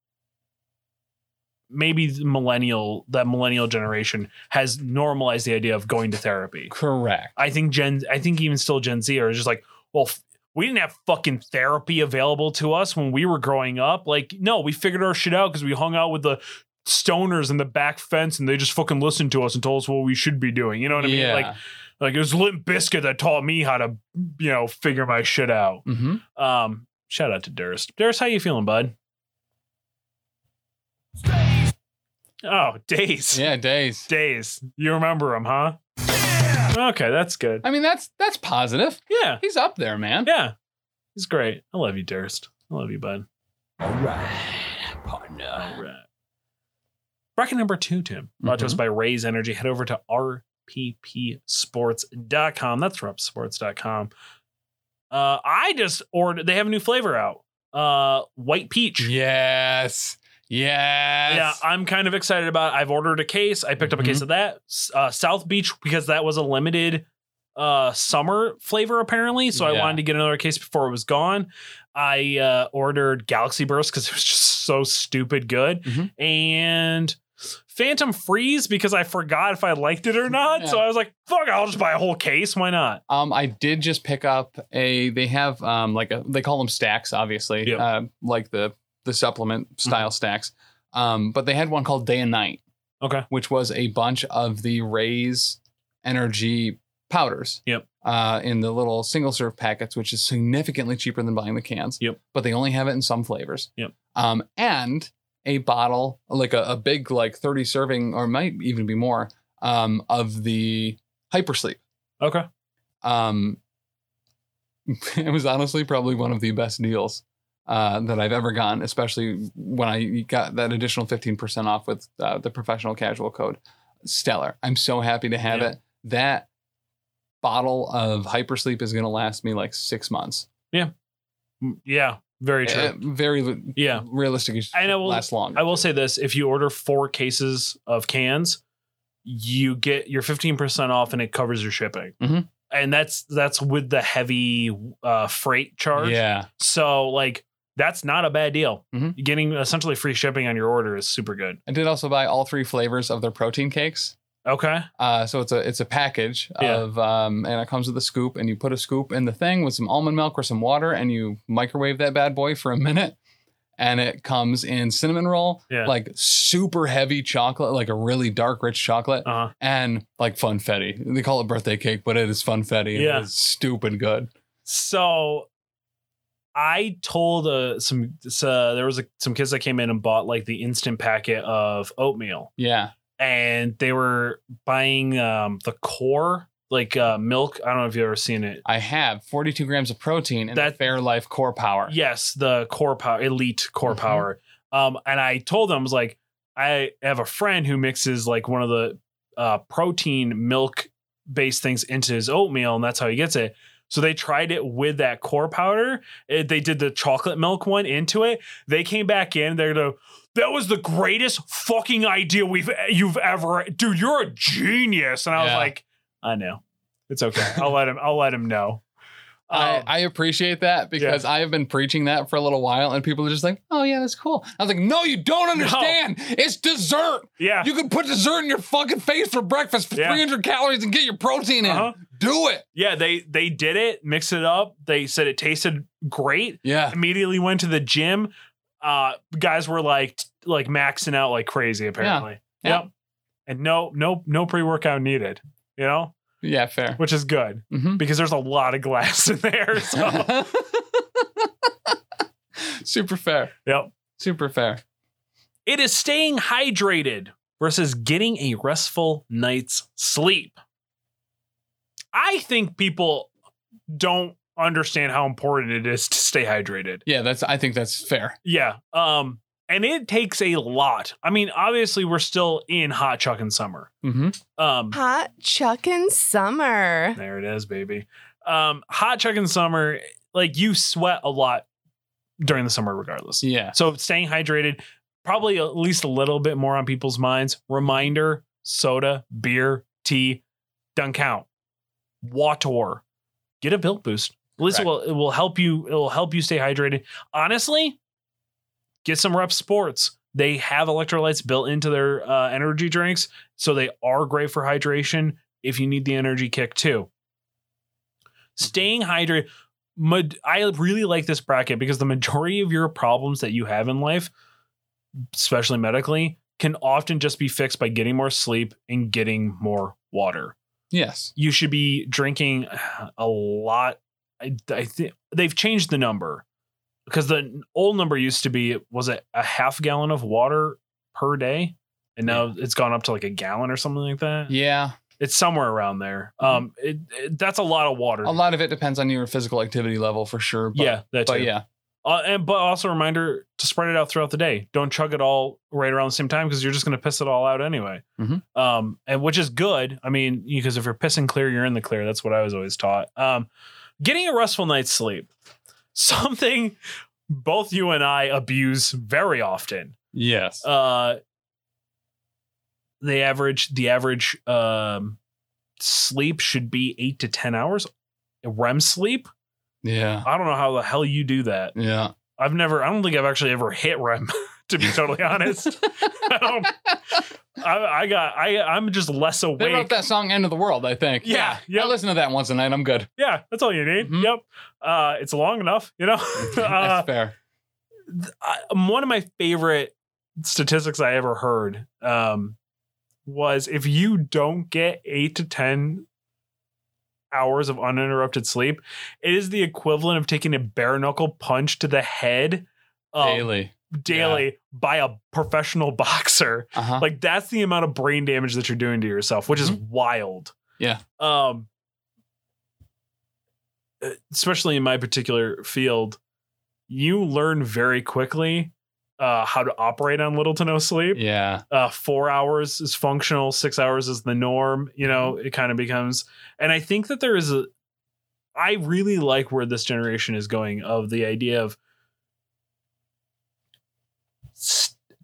maybe the millennial, that millennial generation has normalized the idea of going to therapy. Correct. I think Gen, I think even still Gen Z are just like, well, f- we didn't have fucking therapy available to us when we were growing up. Like, no, we figured our shit out because we hung out with the stoners in the back fence and they just fucking listened to us and told us what we should be doing. You know what I mean? Like, like it was Limp Biscuit that taught me how to, you know, figure my shit out. hmm Um, shout out to Durst. Durst, how you feeling, bud? Oh, days. yeah, days. Days. You remember him, huh? Okay, that's good. I mean, that's that's positive. Yeah. He's up there, man. Yeah. He's great. I love you, Durst. I love you, bud. All right, partner. All right. Bracket number two, Tim. Brought to us Mhm. by Raise Energy. Head over to rppsports.com. That's repsports.com. Uh, I just ordered, they have a new flavor out. Uh, white peach. Yes. Yes. Mm-hmm. Yeah, I'm kind of excited about. it. I've ordered a case. I picked up a case of that S- uh, South Beach because that was a limited uh, summer flavor apparently. So I Yeah. wanted to get another case before it was gone. I uh, ordered Galaxy Burst because [LAUGHS] it was just so stupid good, Mhm. and Phantom Freeze because I forgot if I liked it or not. So Yeah. I was like, "Fuck, it, I'll just buy a whole case. Why not?" Um, I did just pick up a. They have um like a they call them stacks, obviously. Yep. Mm-hmm. Uh, like the the supplement style stacks. Um, but they had one called Day and Night, Okay. which was a bunch of the Raise Energy powders. Yep. Uh, in the little single serve packets, which is significantly cheaper than buying the cans. Yep. But they only have it in some flavors. Yep. Um, and a bottle, like a, a big, like thirty serving, or might even be more, um, of the Hypersleep Okay. um, [LAUGHS] it was honestly probably one of the best deals uh, that I've ever gotten, especially when I got that additional 15% off with uh, the professional casual code. Stellar. I'm so happy to have Yeah. it. That bottle of hypersleep is going to last me like six months. Mm, Yeah. Very true. Uh, very li- yeah. realistic. It's And I will- last long. I will say this if you order four cases of cans, you get your 15% off and it covers your shipping. Mhm. And that's that's with the heavy uh, freight charge. Yeah. So like that's not a bad deal. Mhm. Getting essentially free shipping on your order is super good. I did also buy all three flavors of their protein cakes. Okay. Uh, so it's a it's a package Yeah. of um, and it comes with a scoop, and you put a scoop in the thing with some almond milk or some water, and you microwave that bad boy for a minute, and it comes in cinnamon roll, Yeah. like super heavy chocolate, like a really dark rich chocolate, Uh-huh. and like funfetti. They call it birthday cake, but it is funfetti. Yeah. it's stupid good. So I told uh, some so there was a, some kids that came in and bought like the instant packet of oatmeal Yeah, and they were buying um the core like uh milk. I don't know if you've ever seen it. I have 42 grams of protein and that That- Fairlife Core Power. Yes, the core power, elite core Mhm. power. Um, and I told them, I was like, I have a friend who mixes like one of the uh, protein milk based things into his oatmeal, and that's how he gets it. So they tried it with that core powder. It, they did the chocolate milk one into it. They came back in. They're gonna. That was the greatest fucking idea we've eh, you've ever. Dude, you're a genius. And I was Yeah. like, I know. It's okay. I'll let him. I'll let him know. I, Um, [LAUGHS] I appreciate that because I have been preaching that for a little while, and people are just like, "Oh yeah, that's cool." I was like, "No, you don't understand. It's dessert. [LAUGHS] yeah. You can put dessert in your fucking face for breakfast for Yeah. 300 calories and get your protein in. Uh-huh. Do it." Yeah, they they did it, mixed it up. They said it tasted great. Yeah, Immediately went to the gym. Uh guys were like like maxing out like crazy apparently. Yeah. Yep. And no no no pre-workout needed, you know? yeah, fair. Which is good Mhm. because there's a lot of glass [LAUGHS] in there. [LAUGHS] So, Super fair. yep. Super fair. It is staying hydrated versus getting a restful night's sleep. I think people don't understand how important it is to stay hydrated. Yeah, that's. I think that's fair. Yeah. Um, and it takes a lot. I mean, obviously, we're still in hot chucking summer. Mm-hmm. Um, Hot chuckin' summer. there it is, baby. Um, hot chucking summer, like you sweat a lot during the summer, regardless. Yeah. So staying hydrated, probably at least a little bit more on people's minds. Reminder: soda, beer, tea, don't count. Water. Get a built boost. At least it will, it will help you. It will help you stay hydrated. Honestly, get some rep sports. They have electrolytes built into their uh, energy drinks, so they are great for hydration if you need the energy kick too. Staying hydrated. Mud, I really like this bracket because the majority of your problems that you have in life, especially medically, can often just be fixed by getting more sleep and getting more water. Yes. You should be drinking [SIGHS] uh, a lot. I, I think they've changed the number because the old number used to be was it a half gallon of water per day, and now it's gone up to like a gallon or something like that. Yeah. Mm-hmm. It's somewhere around there. Um, it, it- that's a lot of water. A lot of it depends on your physical activity level for sure. But, yeah, that But too. yeah. Uh, and but also a reminder to spread it out throughout the day. Don't chug it all right around the same time because you're just going to piss it all out anyway. Mhm. Um, and which is good. I mean, because if you're pissing clear, you're in the clear. That's what I was always taught. Um, getting a restful night's sleep, [LAUGHS] something both you and I abuse very often. Yes. Uh, the average, the average um, sleep should be eight to ten hours. REM sleep. yeah. I don't know how the hell you do that. Yeah. I've never. I don't think I've actually ever hit REM. [LAUGHS] To be totally honest, I, don't, I, I got. I I'm just less They wrote awake. that song "End of the World," I think. Yeah, I yep. listen to that once a night. I'm good. Yeah, that's all you need. Mhm. Yep. Uh, it's long enough. You know. [LAUGHS] [LAUGHS] uh, That's fair. I, one of my favorite statistics I ever heard um, was if you don't get eight to ten hours of uninterrupted sleep, it is the equivalent of taking a bare knuckle punch to the head. um, Daily. daily by a professional [LAUGHS] boxer. Uh huh. Like that's the amount of brain damage that you're doing to yourself, which is wild. Yeah. Um e, especially in my particular field, you learn very quickly uh how to operate on little to no sleep. yeah. Uh 4 hours is functional, 6 hours is the norm, you know, it kind of becomes and I think that there is a I really like where this generation is going of the idea of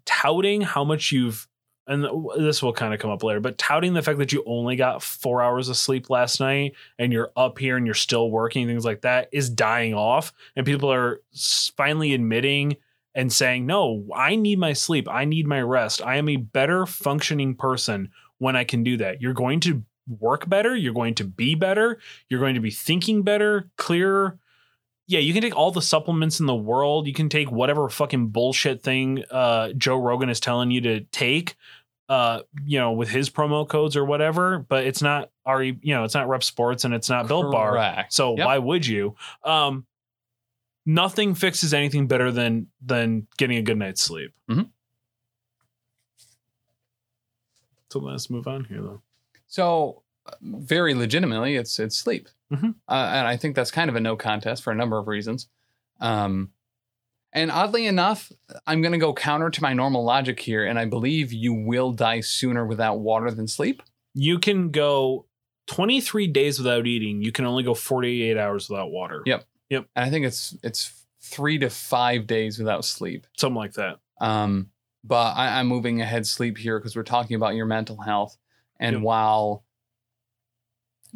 touting how much you've and this will kind of come up later, but touting the fact that you only got four hours of sleep last night and you're up here and you're still working, things like that is dying off. And people are s- finally admitting and saying, no, I need my sleep. I need my rest. I am a better functioning person when I can do that. You're going to work better. You're going to be better. You're going to be thinking better, clearer. Yeah, you can take all the supplements in the world. You can take whatever fucking bullshit thing uh, Joe Rogan is telling you to take uh, you know, with his promo codes or whatever, but it's not re, you know, it's not Rep Sports and it's not Built Bar. Correct. So Yep. why would you? Um, nothing fixes anything better than than getting a good night's sleep. Mhm. So let's move on here, though. So uh, very legitimately, it's it's sleep, Mhm. uh, and I think that's kind of a no contest for a number of reasons. Um, and oddly enough, I'm going to go counter to my normal logic here, and I believe you will die sooner without water than sleep. You can go 23 days without eating. You can only go 48 hours without water. Yeah. And I think it's it's three to five days without sleep. Something like that. Um, but I, I'm moving ahead sleep here because we're talking about your mental health. And Yep. while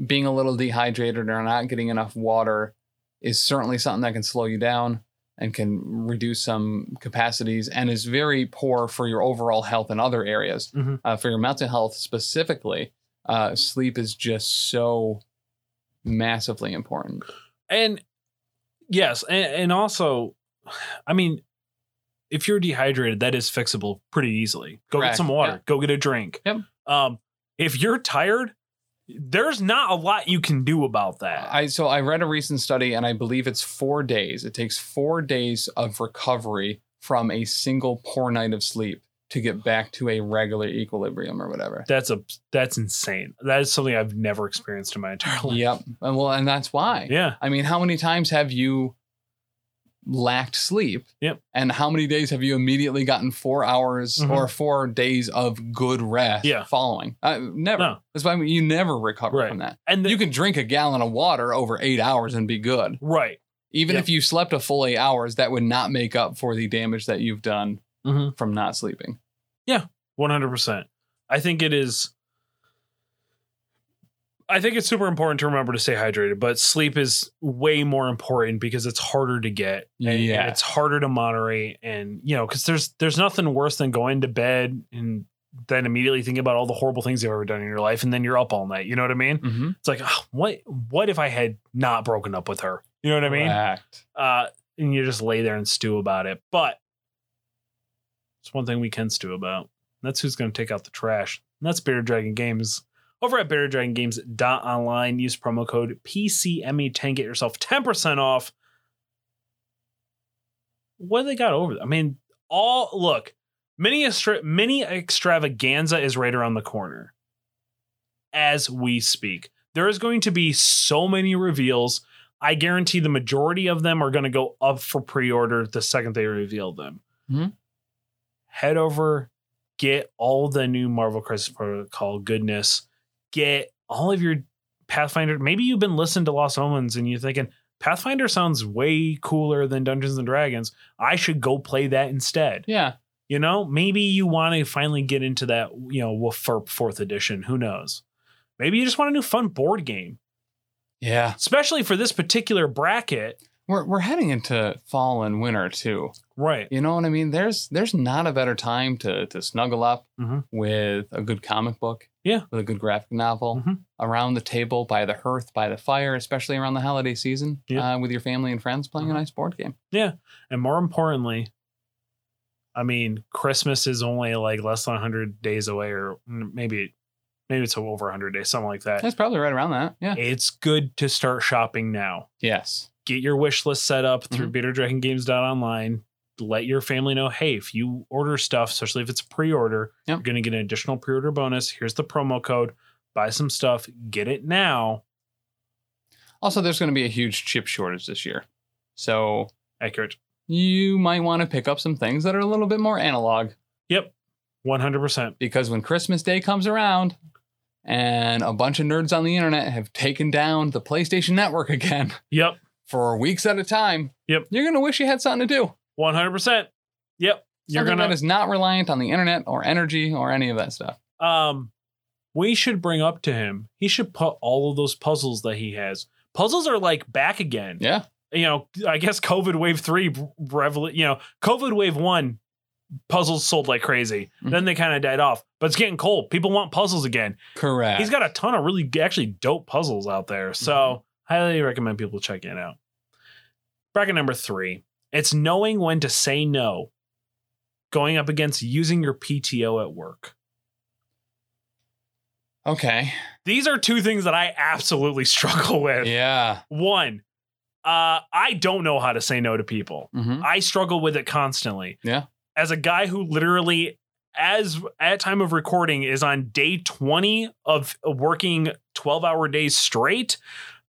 being a little dehydrated or not getting enough water is certainly something that can slow you down and can reduce some capacities and is very poor for your overall health in other areas. Mhm. Uh, for your mental health specifically, uh, sleep is just so massively important. and yes and, and also i mean if you're dehydrated that is fixable pretty easily go Correct, get some water yeah. go get a drink Yep. um if you're tired there's not a lot you can do about that I so I read a recent study and I believe it's 4 days. It takes 4 days of recovery from a single poor night of sleep to get back to a regular equilibrium or whatever. that's a that's insane that is something i've never experienced in my entire life Yep. And well and that's why. yeah I mean, how many times have you lacked sleep? Yep. And how many days have you immediately gotten 4 hours Mhm. or 4 days of good rest Yeah. following? Uh, never. No. That's why you never recover Right. from that. and the, You can drink a gallon of water over 8 hours and be good. right Even Yeah. if you slept a full eight hours, that would not make up for the damage that you've done mm-hmm. from not sleeping. 100%. I think it is I think it's super important to remember to stay hydrated, but sleep is way more important because it's harder to get and, and Yeah. it's harder to moderate and you know cuz there's there's nothing worse than going to bed and then immediately thinking about all the horrible things you've ever done in your life and then you're up all night, you know what I mean? Mm-hmm. It's like "Ah, what what if I had not broken up with her? You know what I mean? Correct. Uh and you just lay there and stew about it. But it's one thing we can stew about. That's who's going to take out the trash. And that's Bearded Dragon Games. Over at beardeddragongames.online, use promo code PCME10, E get yourself 10% off. What do they got over? there? I mean, all look, mini extra, mini extravaganza is right around the corner as we speak. There is going to be so many reveals. I guarantee the majority of them are going to go up for pre-order the second they reveal them. Mhm. Head over, get all the new Marvel Crisis Protocol goodness. Get all of your Pathfinder. Maybe you've been listening to Lost Omens and you're thinking Pathfinder sounds way cooler than Dungeons and Dragons. I should go play that instead. Yeah. You know, maybe you want to finally get into that, you know, Wafurp fourth edition. Who knows? Maybe you just want a new fun board game, Yeah. especially for this particular bracket. We're, we're heading into fall and winter too. Right. You know what I mean? There's there's not a better time to to snuggle up Mhm. with a good comic book. Yeah. With a good graphic novel Mhm. around the table, by the hearth, by the fire, especially around the holiday season Yeah. uh, with your family and friends playing a nice board game. And more importantly, I mean, Christmas is only like less than 100 days away, or mm, maybe, maybe it's over 100 days, something like that. That's probably right around that. Yeah. It's good to start shopping now. Yes. Get your wish list set up through Mm-hmm. BeaterDragonGames.online. Let your family know, hey, if you order stuff, especially if it's pre-order, Yep. you're going to get an additional pre-order bonus. Here's the promo code. Buy some stuff. Get it now. Also, there's going to be a huge chip shortage this year. So Accurate. you might want to pick up some things that are a little bit more analog Yep. 100%. because when Christmas Day comes around and a bunch of nerds on the internet have taken down the PlayStation Network again [LAUGHS] Yep. for weeks at a time, Yep. you're going to wish you had something to do. One hundred percent. Yep. You're Something gonna that is not reliant on the internet or energy or any of that stuff. um we should bring up to him he should put all of those puzzles that he has puzzles are like back again Yeah. you know i guess covid wave three revel you know covid wave one puzzles sold like crazy Mhm. then they kind of died off but it's getting cold people want puzzles again Correct. he's got a ton of really g- actually dope puzzles out there so highly recommend people check it out bracket number three it's knowing when to say no going up against using your pto at work okay. these are two things that I absolutely [LAUGHS] struggle with. Yeah. One, uh, I don't know how to say no to people. hmm I struggle with it constantly. Yeah. As a guy who literally, as at time of recording, is on day 20 of working 12 hour days straight,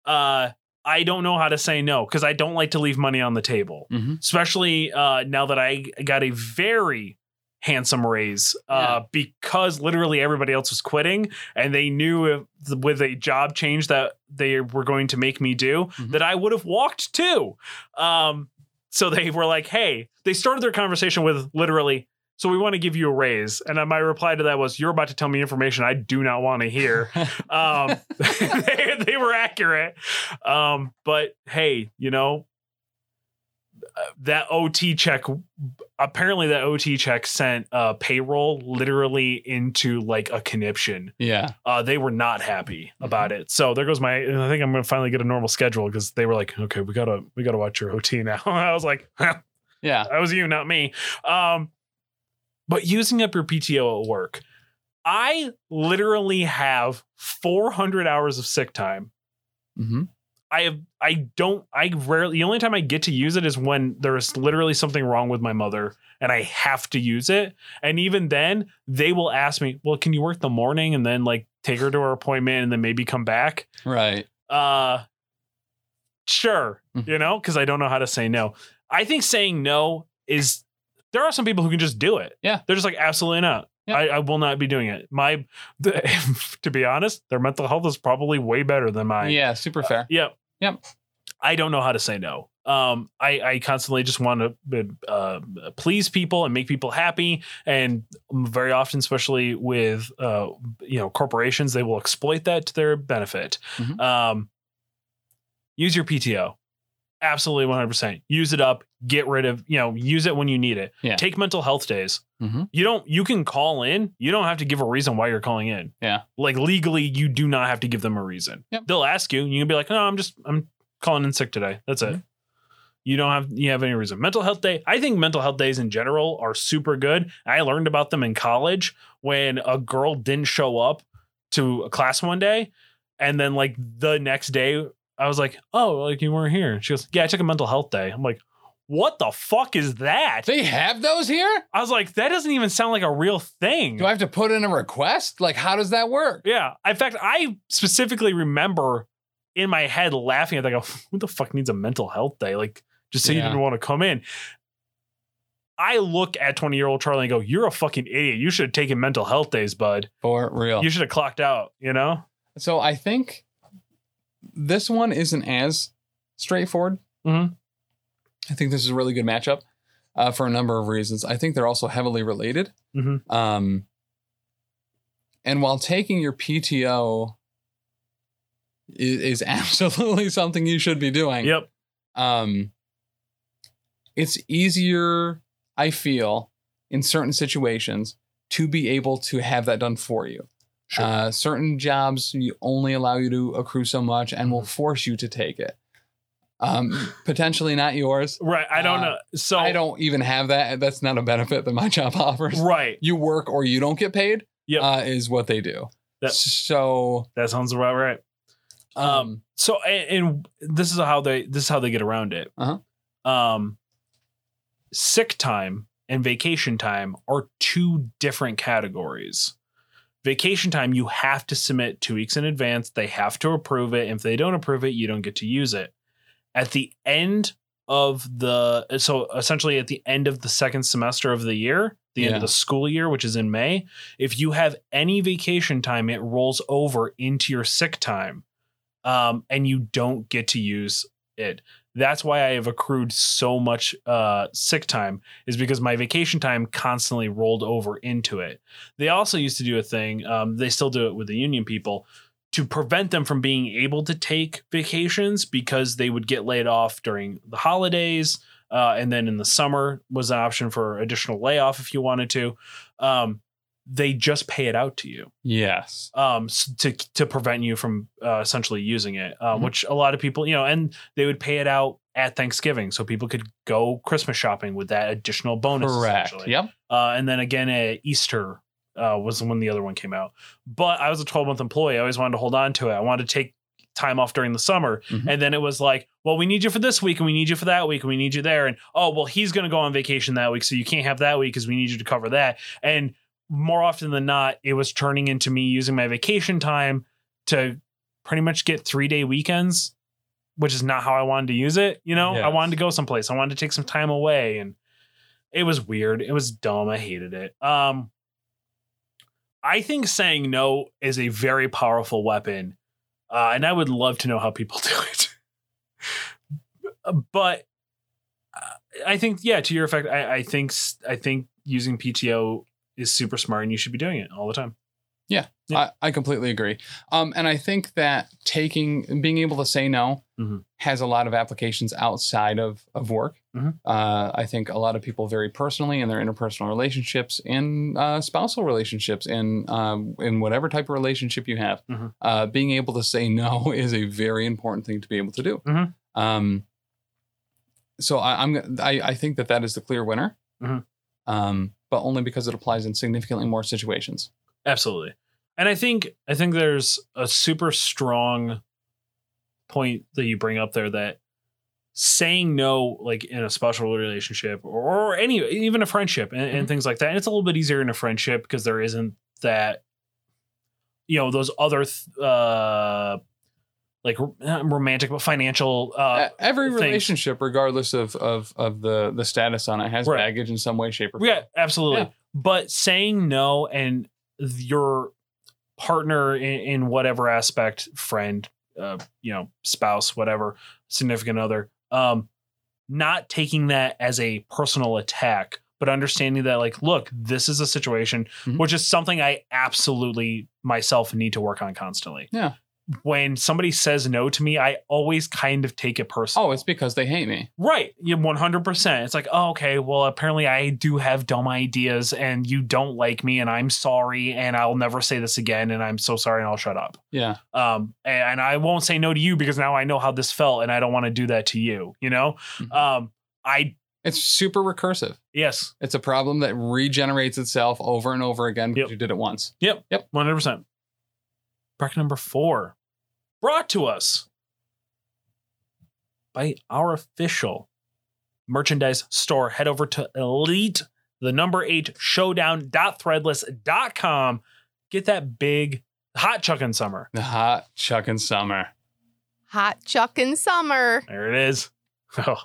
uh, I don't know how to say no because I don't like to leave money on the table, hmm especially uh, now that I got a very handsome raise uh, because literally everybody else was quitting and they knew if, with a job change that they were going to make me do Mhm. that I would have walked too. Um, so they were like, hey, they started their conversation with literally, so we want to give you a raise. And uh, my reply to that was, you're about to tell me information I do not want to hear. um, [LAUGHS] they, they were accurate. Um, but hey, you know, uh, that OT check, apparently that OT check sent uh, payroll literally into like a conniption Yeah. uh, they were not happy about it. So there goes my. and I think I'm gonna finally get a normal schedule because they were like, okay, we gotta we gotta watch your OT now. [LAUGHS] I was like, huh, Yeah. that was you, not me. Um, but using up your PTO at work, I literally have 400 hours of sick time. hmm I have I don't I rarely the only time I get to use it is when there is literally something wrong with my mother and I have to use it. And even then, they will ask me, "Well, can you work the morning and then like take her to her appointment and then maybe come back?" Right. Uh sure, Mhm. you know, cuz I don't know how to say no. I think saying no is there are some people who can just do it. Yeah. They're just like absolutely not. Yeah. I, I will not be doing it. My, [LAUGHS] to be honest, their mental health is probably way better than mine. yeah. Super fair. Yep. Yep. I don't know how to say no. Um, I, I constantly just want to uh, please people and make people happy. And very often, especially with, uh, you know, corporations, they will exploit that to their benefit. Mhm. Um, use your PTO. Absolutely 100%. Use it up. Get rid of, you know, use it when you need it. Yeah. Take mental health days. hmm You don't, you can call in. You don't have to give a reason why you're calling in Yeah. like legally you do not have to give them a reason Yep. they'll ask you and you can be like no i'm just i'm calling in sick today that's Mm-hmm. it you don't have you have any reason mental health day i think mental health days in general are super good i learned about them in college when a girl didn't show up to a class one day and then like the next day i was like oh like you weren't here she goes yeah i took a mental health day i'm like what the fuck is that They have those here? i was like that doesn't even sound like a real thing Do I have to put in a request? Like, how does that work? Yeah. In fact, I specifically remember in my head laughing at that. I go, [LAUGHS] who the fuck needs a mental health day? Like, just say you Yeah. didn't want to come in. I look at 20 year old Charlie and go, you're a fucking idiot. You should have taken mental health days, bud. For real. You should have clocked out, you know? So I think this one isn't as straightforward. Mhm. I think this is a really good matchup uh, for a number of reasons. I think they're also heavily related. Mhm. Um, and while taking your PTO i- is, [LAUGHS] is absolutely something you should be doing, Yep. um, it's easier, I feel, in certain situations to be able to have that done for you. Sure. Uh, certain jobs you only allow you to accrue so much and Mm-hmm. will force you to take it. [LAUGHS] Um, potentially not yours. right. I don't uh, know. So I don't even have that. That's not a benefit that my [LAUGHS] job offers. Right. You work or you don't get paid. Yep. uh, is what they do. That- so, That sounds about right. um, Um, So and, and this is how they this is how they get around it. Uh-huh. Um, sick time and vacation time are two different categories. Vacation time you have to submit two weeks in advance. They have to approve it. If they don't approve it, you don't get to use it. At the end of the so essentially at the end of the second semester of the year, the end Yeah. of the school year, which is in May, if you have any vacation time, it rolls over into your sick time um, and you don't get to use it. That's why I have accrued so much uh, sick time is because my vacation time constantly rolled over into it. They also used to do a thing. Um, they still do it with the union people to prevent them from being able to take vacations because they would get laid off during the holidays. Uh, and then in the summer was an option for additional layoff if you wanted to. Um, they just pay it out to you Yes. um s- to to prevent you from uh, essentially using it um, Mhm. which a lot of people you know and they would pay it out at thanksgiving so people could go christmas shopping with that additional bonus Correct. essentially. Yep. uh, and then again at easter uh, was when the other one came out but i was a 12 month employee i always wanted to hold on to it i wanted to take time off during the summer Mhm. and then it was like well we need you for this week and we need you for that week and we need you there and oh well he's going to go on vacation that week so you can't have that week because we need you to cover that and more often than not, it was turning into me using my vacation time to pretty much get three day weekends, which is not how I wanted to use it. You know, I Yes. wanted to go someplace, I wanted to take some time away, and it was weird. It was dumb. I hated it. Um, I think saying no is a very powerful weapon, uh, and I would love to know how people [LAUGHS] do it. but uh, I think, yeah, to your effect, I, I think s- I think using PTO is super smart and you should be doing it all the time. Yeah. I, I completely agree. Um, and I think that taking being able to say no Mhm. has a lot of applications outside of of work. Mhm. Uh, I think a lot of people very personally in their interpersonal relationships, in uh, spousal relationships, in um, in whatever type of relationship you have, Mhm. uh, being able to say no [LAUGHS] is a very important thing to be able to do. Mhm. Um, so I, I'm g- I, I think that that is the clear winner. Mhm. Um, but only because it applies in significantly more situations. Absolutely. And I think I think there's a super strong point that you bring up there that saying no like in a special relationship or, or any even a friendship and, and things like that and it's a little bit easier in a friendship because there isn't that you know those other th- uh like r- not romantic but financial uh E- every things. relationship, regardless of of of the the status on it, has Right. baggage in some way, shape, or Yeah, absolutely. Yeah. But saying no and th- your partner in, in whatever aspect, friend, uh, you know, spouse, whatever, significant other, um, not taking that as a personal attack, but understanding that, like, look, this is a situation, Mhm. which is something I absolutely myself need to work on constantly. Yeah. When somebody says no to me, I always kind of take it personally. Oh, it's because they hate me. Right. Yeah, 100%. It's like, oh, okay, well, apparently I do have dumb ideas and you don't like me and I'm sorry and I'll never say this again and I'm so sorry and I'll shut up. Yeah, Um, and, and I won't say no to you because now I know how this felt and I don't want to do that to you, you know? Mhm. Um, I, it's super recursive. yes, It's a problem that regenerates itself over and over again because Yep. you did it once. 100%. Bracket number four brought to us by our official merchandise store. Head over to elite, the number eight showdown.threadless.com. Get that big hot chuckin' summer. The hot chucking summer. Hot chuck in summer. There it is. [LAUGHS] Oh,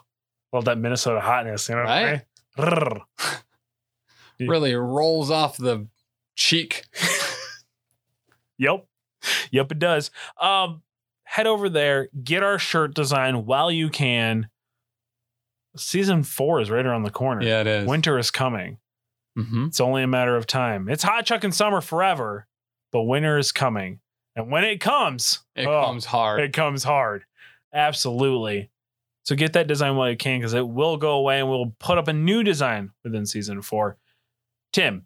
love that Minnesota hotness, you know? what I mean? Brrr. Yeah. Really rolls off the cheek. Yep. Yep, it does. Um, head over there, get our shirt design while you can. Season four is right around the corner. Yeah, it is. Winter is coming. hmm It's only a matter of time. It's hot chucking summer forever, but winter is coming. And when it comes, It oh, comes hard. it comes hard. Absolutely. So get that design while you can because it will go away and we'll put up a new design within season four. Tim,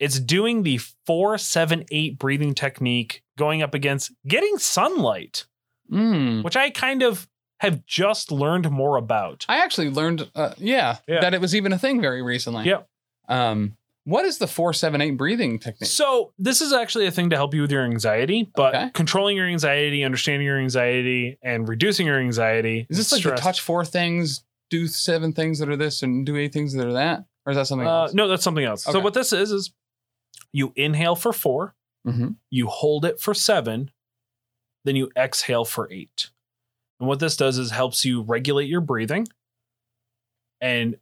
it's doing the 478 breathing technique going up against getting sunlight, Mm. which I kind of have just learned more about. I actually learned, uh, yeah, Yeah. that it was even a thing very recently. Yep. Um, what is the four seven eight breathing technique? So this is actually a thing to help you with your anxiety, but Okay. controlling your anxiety, understanding your anxiety, and reducing your anxiety. Is this and like the stress. touch four things, do seven things that are this, and do eight things that are that? Or is that something Uh, else? no, that's something else. So Okay. what this is is you inhale for four, Mhm. you hold it for seven, then you exhale for eight. And what this does is helps you regulate your breathing and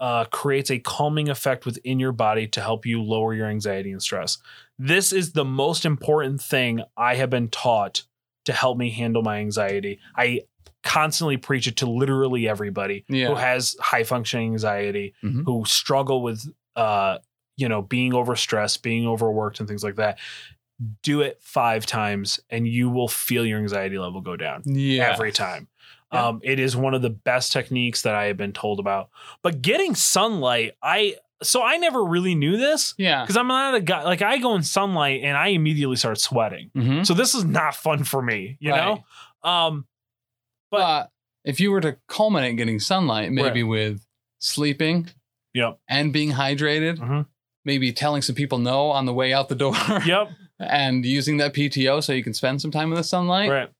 uh, creates a calming effect within your body to help you lower your anxiety and stress. This is the most important thing I have been taught to help me handle my anxiety. I constantly preach it to literally everybody Yeah. who has high functioning anxiety, Mhm. who struggle with uh, you know, being overstressed, being overworked and things like that. Do it 5 times and you will feel your anxiety level go down Yeah. every time. Yeah. Um, it is one of the best techniques that I have been told about. But getting sunlight, I so I never really knew this yeah. because I'm not a guy like I go in sunlight and I immediately start sweating. Mm-hmm. So this is not fun for me, you Right. know. Um, But if you were to culminate getting sunlight, maybe with sleeping yep, and being hydrated, Mhm. maybe telling some people no on the way out the [LAUGHS] door, yep, [LAUGHS] and using that PTO so you can spend some time in the sunlight. right.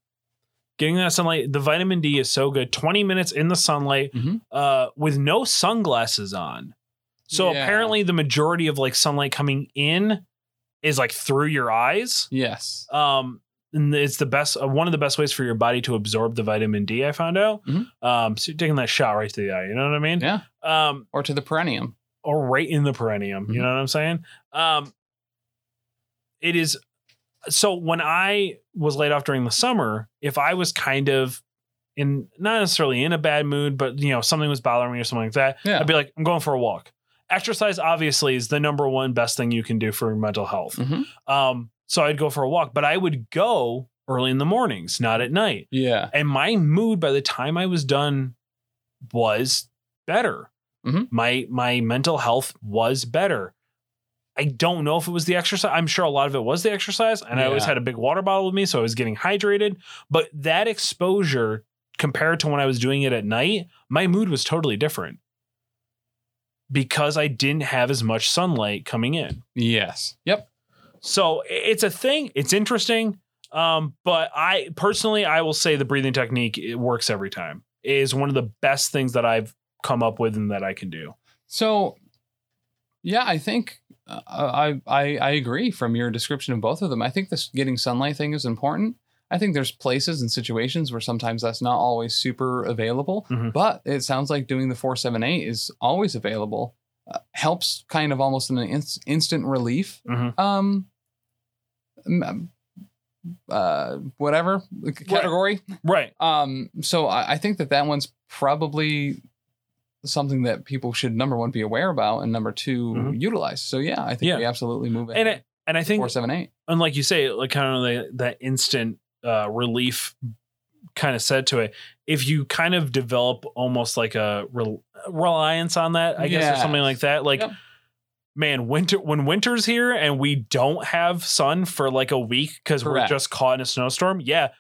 Getting that sunlight, the vitamin D is so good. 20 minutes in the sunlight Mhm. uh, with no sunglasses on. So Yeah. apparently, the majority of like sunlight coming in is like through your eyes. Yes. um and it's the best uh, one of the best ways for your body to absorb the vitamin D I found out. Mhm. Um so you're taking that shot right to the eye, you know what I mean? Yeah. Um Or to the perennium. or right in the perineum, you Mhm. know what I'm saying? Um it is so when I was laid off during the summer, if I was kind of in not necessarily in a bad mood, but you know, something was bothering me or something like that, Yeah. I'd be like, I'm going for a walk. Exercise obviously is the number one best thing you can do for mental health. Mhm. Um, so I'd go for a walk, but I would go early in the mornings, not at night. Yeah. And my mood by the time I was done was better. Mhm. My my mental health was better. I don't know if it was the exercise. I'm sure a lot of it was the exercise, and I always Yeah. had a big water bottle with me, so I was getting hydrated. But that exposure compared to when I was doing it at night, my mood was totally different because I didn't have as much sunlight coming in. Yes. Yep. So i- it's a thing. It's interesting. Um, but I personally, I will say the breathing technique it works every time. It is one of the best things that I've come up with and that I can do. So, yeah, I think uh, I, I I agree from your description of both of them. I think this getting sunlight thing is important. I think there's places and situations where sometimes that's not always super available, Mhm. but it sounds like doing the 478 is always available. Uh, helps kind of almost in an ins- instant relief. Mhm. Um, m- uh, whatever category. Right. Um, so I, I think that that one's probably something that people should number one be aware about and number 2 Mhm. utilize. So yeah, I think Yeah. we absolutely move And I, ahead. and I think, Four seven eight. and like you say, like kind of like that instant uh, relief kind of said to it. If you kind of develop almost like a rel reliance on that, I guess, or something Yes. like that, like. Yep. Man, winter when winter's here and we don't have sun for like a week because we're Correct. just caught in a snowstorm. Yeah,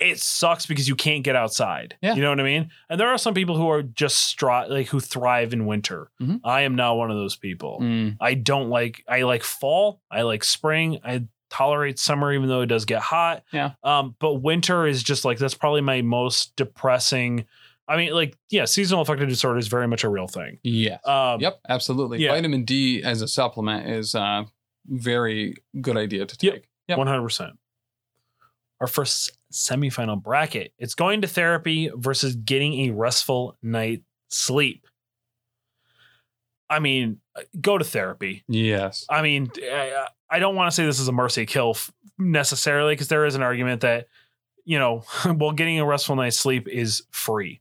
it sucks because you can't get outside. Yeah. You know what I mean? And there are some people who are just stra- like who thrive in winter. Mhm. I am not one of those people. Mm, I don't like I like fall. I like spring. I tolerate summer even though it does get hot. Yeah. Um, but winter is just like that's probably my most depressing. I mean, like, yeah, seasonal affective disorder is very much a real thing. yes. Um yep. Absolutely. yeah. Vitamin D as a supplement is a very good idea to Yep. take. Yep. one hundred percent. Our first semifinal bracket. It's going to therapy versus getting a restful night sleep. I mean, uh, go to therapy. Yes. I mean, I, I don't want to say this is a mercy kill f- necessarily because there is an argument that, you know, [LAUGHS] well, getting a restful night's sleep is free.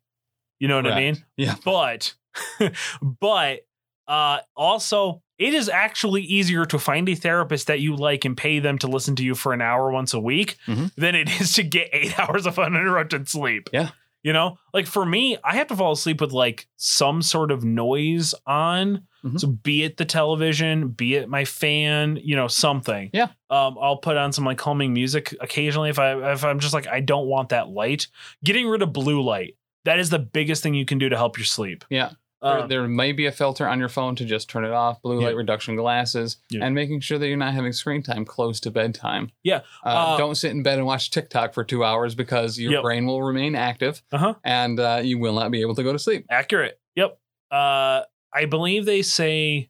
You know what I Correct. mean? Yeah. But, [LAUGHS] but uh, also, it is actually easier to find a therapist that you like and pay them to listen to you for an hour once a week Mhm. than it is to get eight [LAUGHS] hours of uninterrupted sleep. Yeah. You know, like for me, I have to fall asleep with like some sort of noise on. Mm-hmm. So be it the television, be it my fan, you know, something. Yeah. Um, I'll put on some like calming music occasionally if I if I'm just like I don't want that light. Getting rid of blue light. That is the biggest thing you can do to help your sleep. Yeah. Um, there, there may be a filter on your phone to just turn it off, blue Yeah. light reduction glasses, Yeah. and making sure that you're not having screen time close to bedtime. Yeah, Uh, uh, don't sit in bed and watch TikTok for two hours because your Yep. brain will remain active Uh-huh. and uh, you will not be able to go to sleep. accurate. Yep. Uh, I believe they say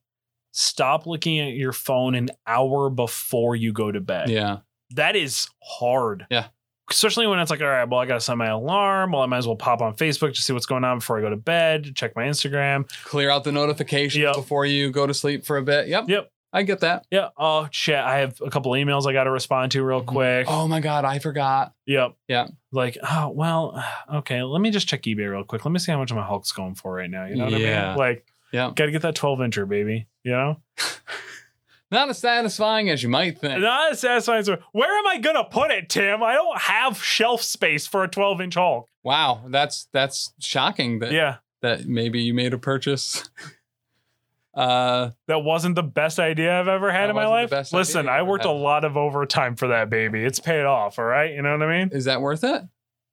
stop looking at your phone an hour before you go to bed. Yeah. that is hard. Yeah. Especially when it's like, all right, well, I gotta set my alarm. Well, I might as well pop on Facebook to see what's going on before I go to bed, check my Instagram. Clear out the notifications Yep. before you go to sleep for a bit. Yep. Yep. I get [LAUGHS] that. Yeah. Oh shit. I have a couple emails I got to respond to real quick. Oh my god, I forgot. Yep. Yeah. Like, oh well, [SIGHS] okay. Let me just check eBay real quick. Let me see how much my Hulk's going for right now. You know what I Yeah. mean? Like, Yeah. gotta get that 12 incher, baby. You know? Not as satisfying as you might think. Not as satisfying. as- Where am I gonna put it, Tim? I don't have shelf space for a 12 inch Hulk. Wow, that's that's shocking that Yeah. that maybe you made a purchase. [LAUGHS] Uh, That wasn't the best idea I've ever had That in wasn't my the life. best idea Listen, you I ever worked had. a lot of overtime for that baby. It's paid off, all right? You know what I mean? is that worth it?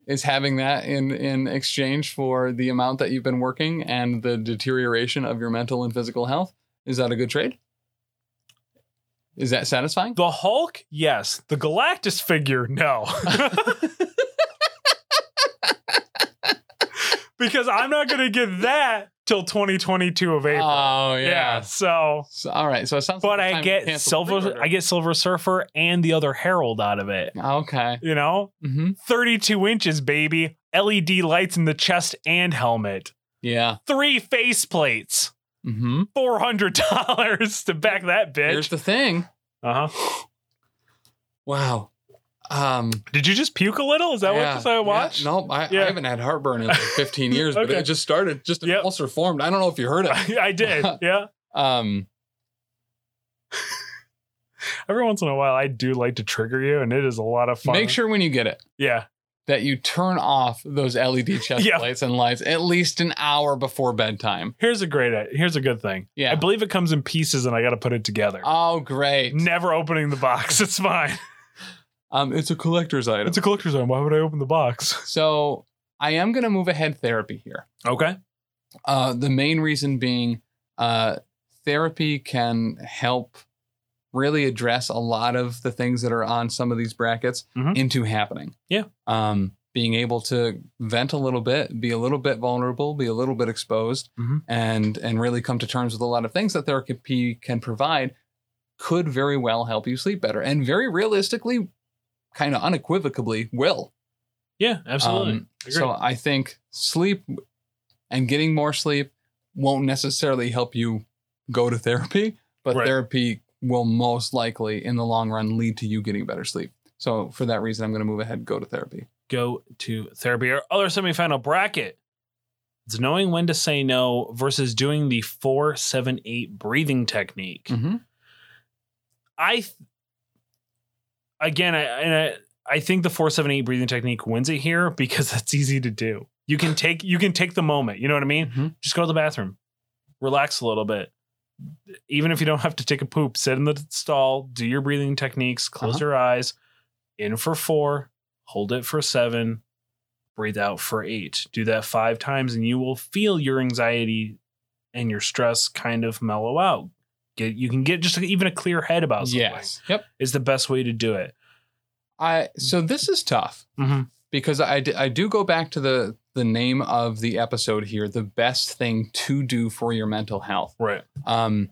Is having that in in exchange for the amount that you've been working and the deterioration of your mental and physical health is that a good trade? Is that satisfying? The Hulk, yes. The Galactus figure, [LAUGHS] no. because I'm not going to get that till 2022 of April. Oh yeah. yeah. So, So, all right. So it sounds. but like it's I time to get cancel the Silver, I pre-order. get Silver Surfer and the other Herald out of it. okay. You know, hmm 32 inches, baby. LED lights in the chest and helmet. Yeah. Three face plates. hmm Four hundred dollars to back that Here's bitch. the thing. Uh huh. Wow. Um. Did you just puke a little? Is that yeah, what I watched? Yeah, nope. I, Yeah. I haven't had heartburn in like 15 years, but [LAUGHS] Okay. it just started. Just an Yep. ulcer formed. I don't know if you heard it. [LAUGHS] [LAUGHS] [LAUGHS] I did. Yeah. Um. Every once in a while, I do like to trigger you, and it is a lot of fun. Make sure when you get it Yeah. that you turn off those [LAUGHS] LED chest Yeah. lights and lights at least an hour before bedtime. Here's a great. Here's a good thing. Yeah. I believe it comes in pieces, and I got to put it together. Oh, great. Never opening the box. [LAUGHS] It's fine. Um, it's a collector's item. It's a collector's item. Why would I open the box? so I am gonna move ahead therapy here. Okay. Uh, the main reason being uh, therapy can help really address a lot of the things that are on some of these brackets Mhm. into happening. Yeah. Um, being able to vent a little bit, be a little bit vulnerable, be a little bit exposed, Mhm. and and really come to terms with a lot of things that therapy can provide could very well help you sleep better, and very realistically, kind of unequivocally will. Yeah. Um, so I think sleep and getting more sleep won't necessarily help you go to therapy, but Right. therapy will most likely in the long run lead to you getting better sleep. So for that reason, I'm going to move ahead and go to therapy. go to therapy. Our other semifinal bracket. It's knowing when to say no versus doing the four seven eight breathing technique. Mm. Mm-hmm. I th- again, I, and I, I think the four seven eight breathing technique wins it here because [LAUGHS] that's easy to do. You can take you can take the moment. You know what I mean? Mhm. Just go to the bathroom, relax a little bit. Even if you don't have to take a poop, sit in the stall, do your breathing techniques, close Uh-huh. your eyes, in for four, hold it for seven, breathe out for eight. Do that five times, and you will feel your anxiety and your stress kind of mellow out. Get you can get just even a clear head about something Yes. Yep. is the best way to do it. I so this is tough because I, d- I do go back to the the name of the episode here. The best thing to do for your mental health. Right. Um,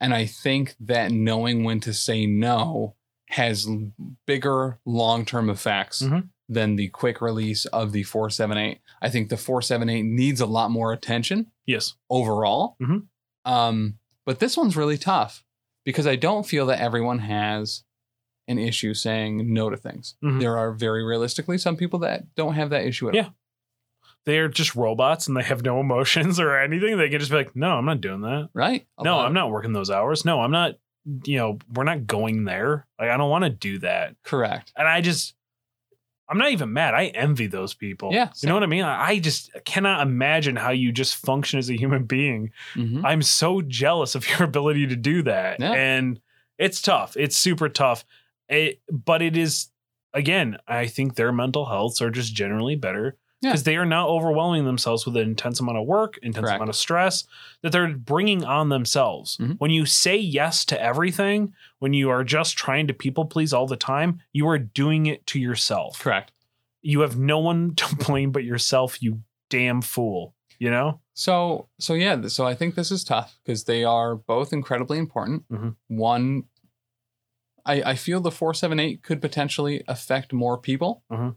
and I think that knowing when to say no has l- bigger long term effects Mhm. than the quick release of the 478. I think the 478 needs a lot more attention Yes. overall. Mhm. Um, but this one's really tough because I don't feel that everyone has an issue saying no to things. Mhm. There are very realistically some people that don't have that issue at Yeah. They're just robots and they have no [LAUGHS] emotions or anything. They can just be like, no, I'm not doing that. all, right? A no, lot I'm of- not working those hours. No, I'm not, you know, we're not going there. Like, I don't want to do that. Correct. And I just, I'm not even mad. I envy those people. Yeah, You know what I mean? I I just cannot imagine how you just function as a human being Mhm. I'm so jealous of [LAUGHS] your ability to do that. Yeah. And it's tough. It's super tough. It, but it is, again, I think their mental healths are just generally better Yeah. because they are not overwhelming themselves with an intense amount of work, intense Correct. amount of stress that they're bringing on themselves. Mhm. When you say yes to everything, when you are just trying to people please all the time, you are doing it to yourself. Correct. You have no one [LAUGHS] to blame but yourself, you damn fool. You know? So, so yeah, th- so I think this is tough because they are both incredibly important. Mhm. One, I, I feel the 478 could potentially affect more people. Mhm.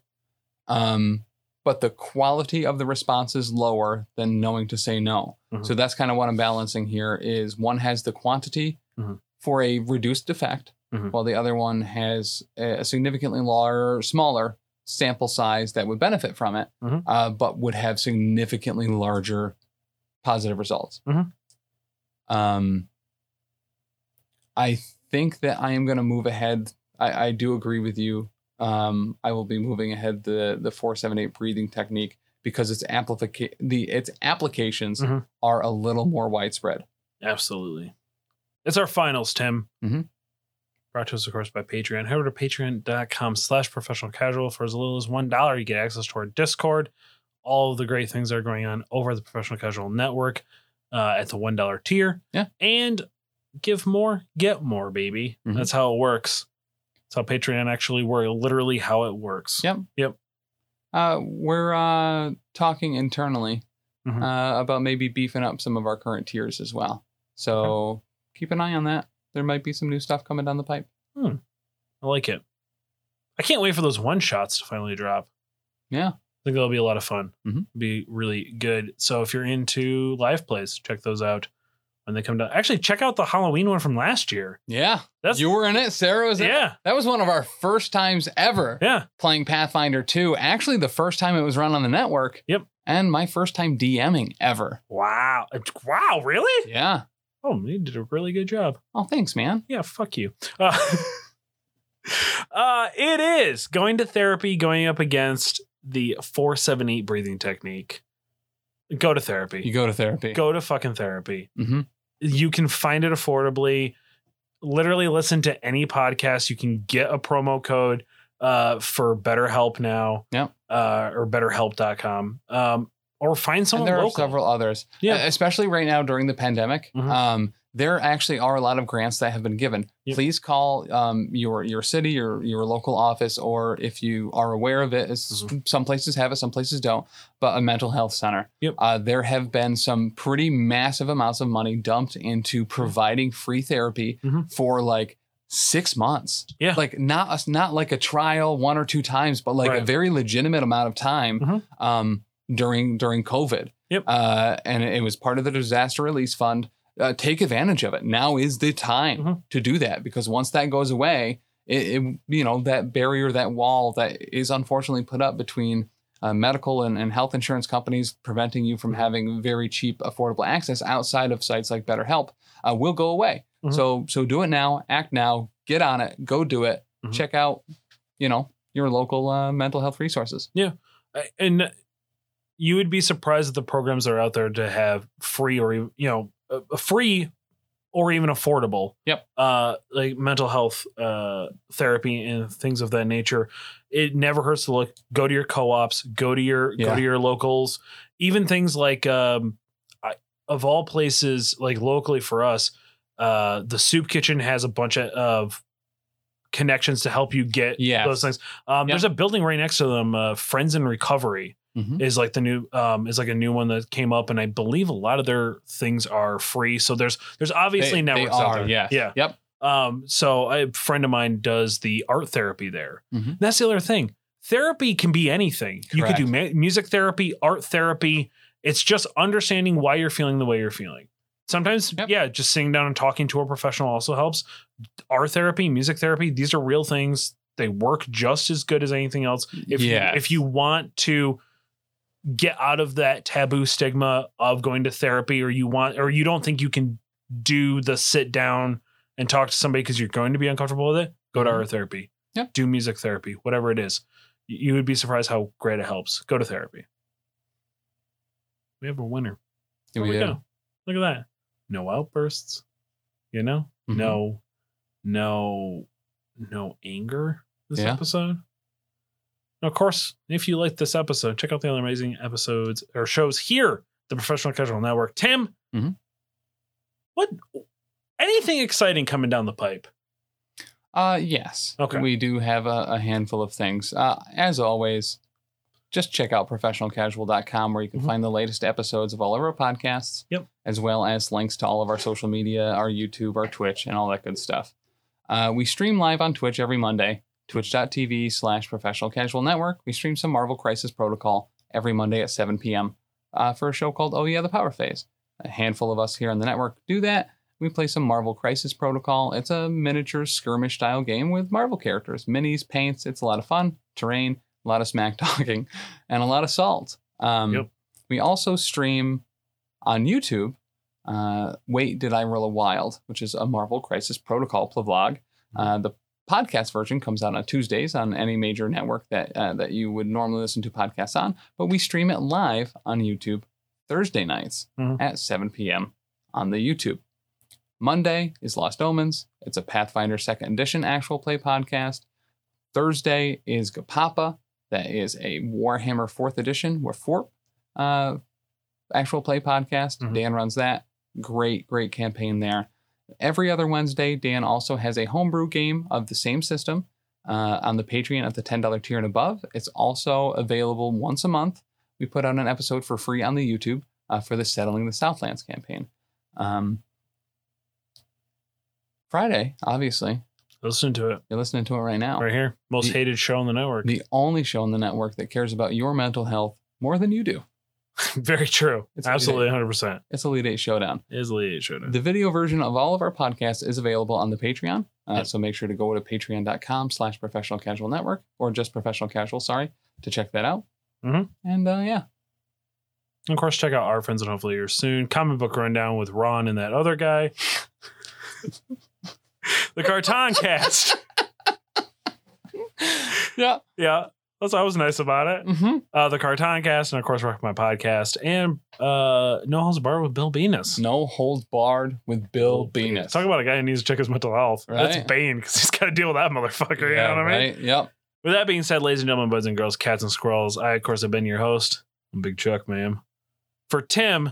Um, but the quality of the response is lower than knowing to say no. Mhm. So that's kind of what I'm balancing here is one has the quantity Mhm. for a reduced effect, Mhm. while the other one has a significantly larger, smaller sample size that would benefit from it, Mhm. uh, but would have significantly larger positive results. Mhm. Um, I think that I am going to move ahead. I, I do agree with you. Um, I will be moving ahead the the four seven eight breathing technique because its applica- the its applications Mhm. are a little more widespread. Absolutely. It's our finals, Tim. Mhm. Brought to us, of course, by Patreon. Head over to patreon.com slash professional casual for as little as $1. You get access to our Discord, all of the great things that are going on over at the Professional Casual Network uh, at the $1 tier. Yeah. And give more, get more, baby. Mhm. That's how it works. That's how Patreon actually works, literally how it works. Yep. Uh, we're uh, talking internally Mhm. uh, about maybe beefing up some of our current tiers as well. So keep an eye on that. There might be some new stuff coming down the pipe. I like it. I can't wait for those one shots to finally drop. Yeah. I think that'll be a lot of fun. Mhm. Be really good. So if you're into live plays, check those out when they come down. Actually, check out the Halloween one from last year. Yeah, That's you were in it. Sarah was in it. yeah, That was one of our first times ever yeah. playing Pathfinder 2. Actually, the first time it was run on the network. Yep. And my first time DMing ever. Wow, It's- wow, really? Yeah. Oh, you did a really good job. Oh, thanks, man. Yeah, fuck you. Uh, [LAUGHS] uh, it is going to therapy, going up against the four seven eight breathing technique. Go to therapy. You go to therapy. Go to fucking therapy. hmm you can find it affordably literally listen to any podcast you can get a promo code uh for BetterHelp now Yep. uh or betterhelp.com um or find And someone there are local several others. Yeah. Uh, Especially right now during the pandemic. Mhm. Um, there actually are a lot of grants that have been given. Yep. Please call um, your your city, your your local office, or if you are aware of it, it's, Mm-hmm. some places have it, some places don't. But a mental health center. Yep. Uh, there have been some pretty massive amounts of money dumped into providing free therapy Mhm. for like six months. Yeah. Like not us, not like a trial one or two times, but like a Right. very legitimate amount of time. Mhm. Um, during during COVID. Yep. Uh, and it was part of the disaster release fund. Uh, take advantage of it. Now is the time Mhm. to do that because once that goes away, it, it you know that barrier, that wall that is unfortunately put up between uh, medical and, and health insurance companies, preventing you Mm-hmm. from having very cheap, affordable access outside of sites like BetterHelp, uh, will go away. Mhm. So so do it now. Act now. Get on it. Go do it. Mhm. Check out, you know, your local uh, mental health resources. and you would be surprised at the programs that are out there to have free or ev- you know uh, free or even affordable Yep. uh like mental health uh therapy and things of that nature it never hurts to look go to your co-ops go to your go Yeah. to your locals even things like um I, of all places like locally for us uh the soup kitchen has a bunch of, of connections to help you get Yes. those things um, Yep. There's a building right next to them. Uh, Friends in Recovery Mhm. is like the new um, is like a new one that came up, and I believe a lot of their things are free. So there's there's obviously They- they networks out are, there. yes. Yeah. Yep. Um, so a friend of mine does the art therapy there. Mhm. That's the other thing. Therapy can be anything. You could do ma- music therapy, art therapy. It's just understanding why you're feeling the way you're feeling. Sometimes, Yep. yeah, just sitting down and talking to a professional also helps. Art therapy, music therapy, these are real things. They work just as good as anything else. If Yes. you, if you want to get out of that taboo stigma of going to therapy, or you want, or you don't think you can do the sit down and talk to somebody because you're going to be uncomfortable with it, go to Mhm. art therapy. Yep. Do music therapy, whatever it is. Y- You would be surprised how great it helps. Go to therapy. We have a winner. Here There we go. go. Look at that. No outbursts. You know? Mhm. No, no, no anger this Yeah. episode. Now, of course, if you like this episode, check out the other amazing episodes or shows here, the Professional Casual Network. Tim, Mhm. what anything exciting coming down the pipe? Uh, yes. Okay. We do have a, a handful of things. Uh, as always, just check out professionalcasual.com where you can Mhm. find the latest episodes of all of our podcasts. Yep. As well as links to all of our social media, our YouTube, our Twitch, and all that good stuff. Uh, we stream live on Twitch every Monday, twitch.tv slash professional casual network. We stream some Marvel Crisis Protocol every Monday at 7 p.m. Uh, for a show called Oh Yeah, the Power Phase. A handful of us here on the network do that. We play some Marvel Crisis Protocol. It's a miniature skirmish style game with Marvel characters, minis, paints. It's a lot of fun, terrain, a lot of smack [LAUGHS] talking, and a lot of salt. Um, Yep. We also stream on YouTube. Uh, Wait, did I roll a wild? Which is a Marvel Crisis Protocol vlog. Uh, the podcast version comes out on Tuesdays on any major network that uh, that you would normally listen to podcasts on, but we stream it live on YouTube Thursday nights Mhm. at 7 p.m. on the YouTube. Monday is Lost Omens. It's a Pathfinder Second Edition actual play podcast. Thursday is Gapapa. That is a Warhammer Fourth Edition, or Forp, uh, actual play podcast. Mhm. Dan runs that. Great, great campaign there. Every other Wednesday, Dan also has a homebrew game of the same system uh, on the Patreon at the $10 tier and above. It's also available once a month. We put out an episode for free on the YouTube uh, for the Settling the Southlands campaign. Um, Friday, obviously. Listen to it You're listening to it right now. right here. Most Oh. The- hated show on the network. [LAUGHS] The only show on the network that cares about your mental health more than you do. Very true. It's Absolutely 100%. It's Elite Eight Showdown. Is Lee show. The video version of all of our podcasts is available on the Patreon. Uh, Yep. So make sure to go to patreon.com slash professional casual network or just professional casual, sorry, to check that out. Mhm. And uh, yeah, And of course, check out our friends and hopefully yours soon. Comic book rundown with Ron and that [LAUGHS] other guy. the Carton Cast. yeah, Yeah, that's I was nice about it. hmm Uh, the Carton Cast, and of course, Rock My Podcast, and uh, No Holds Bar with Bill Venus. no holds barred with Bill Venus. Talk about a guy who needs to check his mental health. Right. That's Bane because he's got to deal with that motherfucker. you know what I mean? right? Yep. [LAUGHS] With that being said, ladies and gentlemen, boys and girls, cats and squirrels, I, of course, have been your host. I'm Big Chuck, ma'am. For Tim,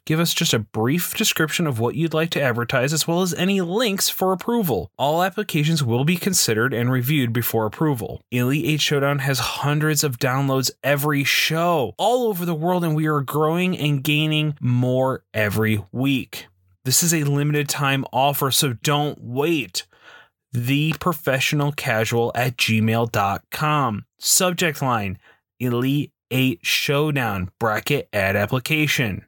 Give us just a brief description of what you'd like to advertise, as well as any links for approval. All applications will be considered and reviewed before approval. Elite 8 Showdown has hundreds of downloads every show all over the world, and we are growing and gaining more every week. This is a limited time offer, so don't wait. The professional casual at gmail.com. Subject line Elite 8 Showdown bracket ad application.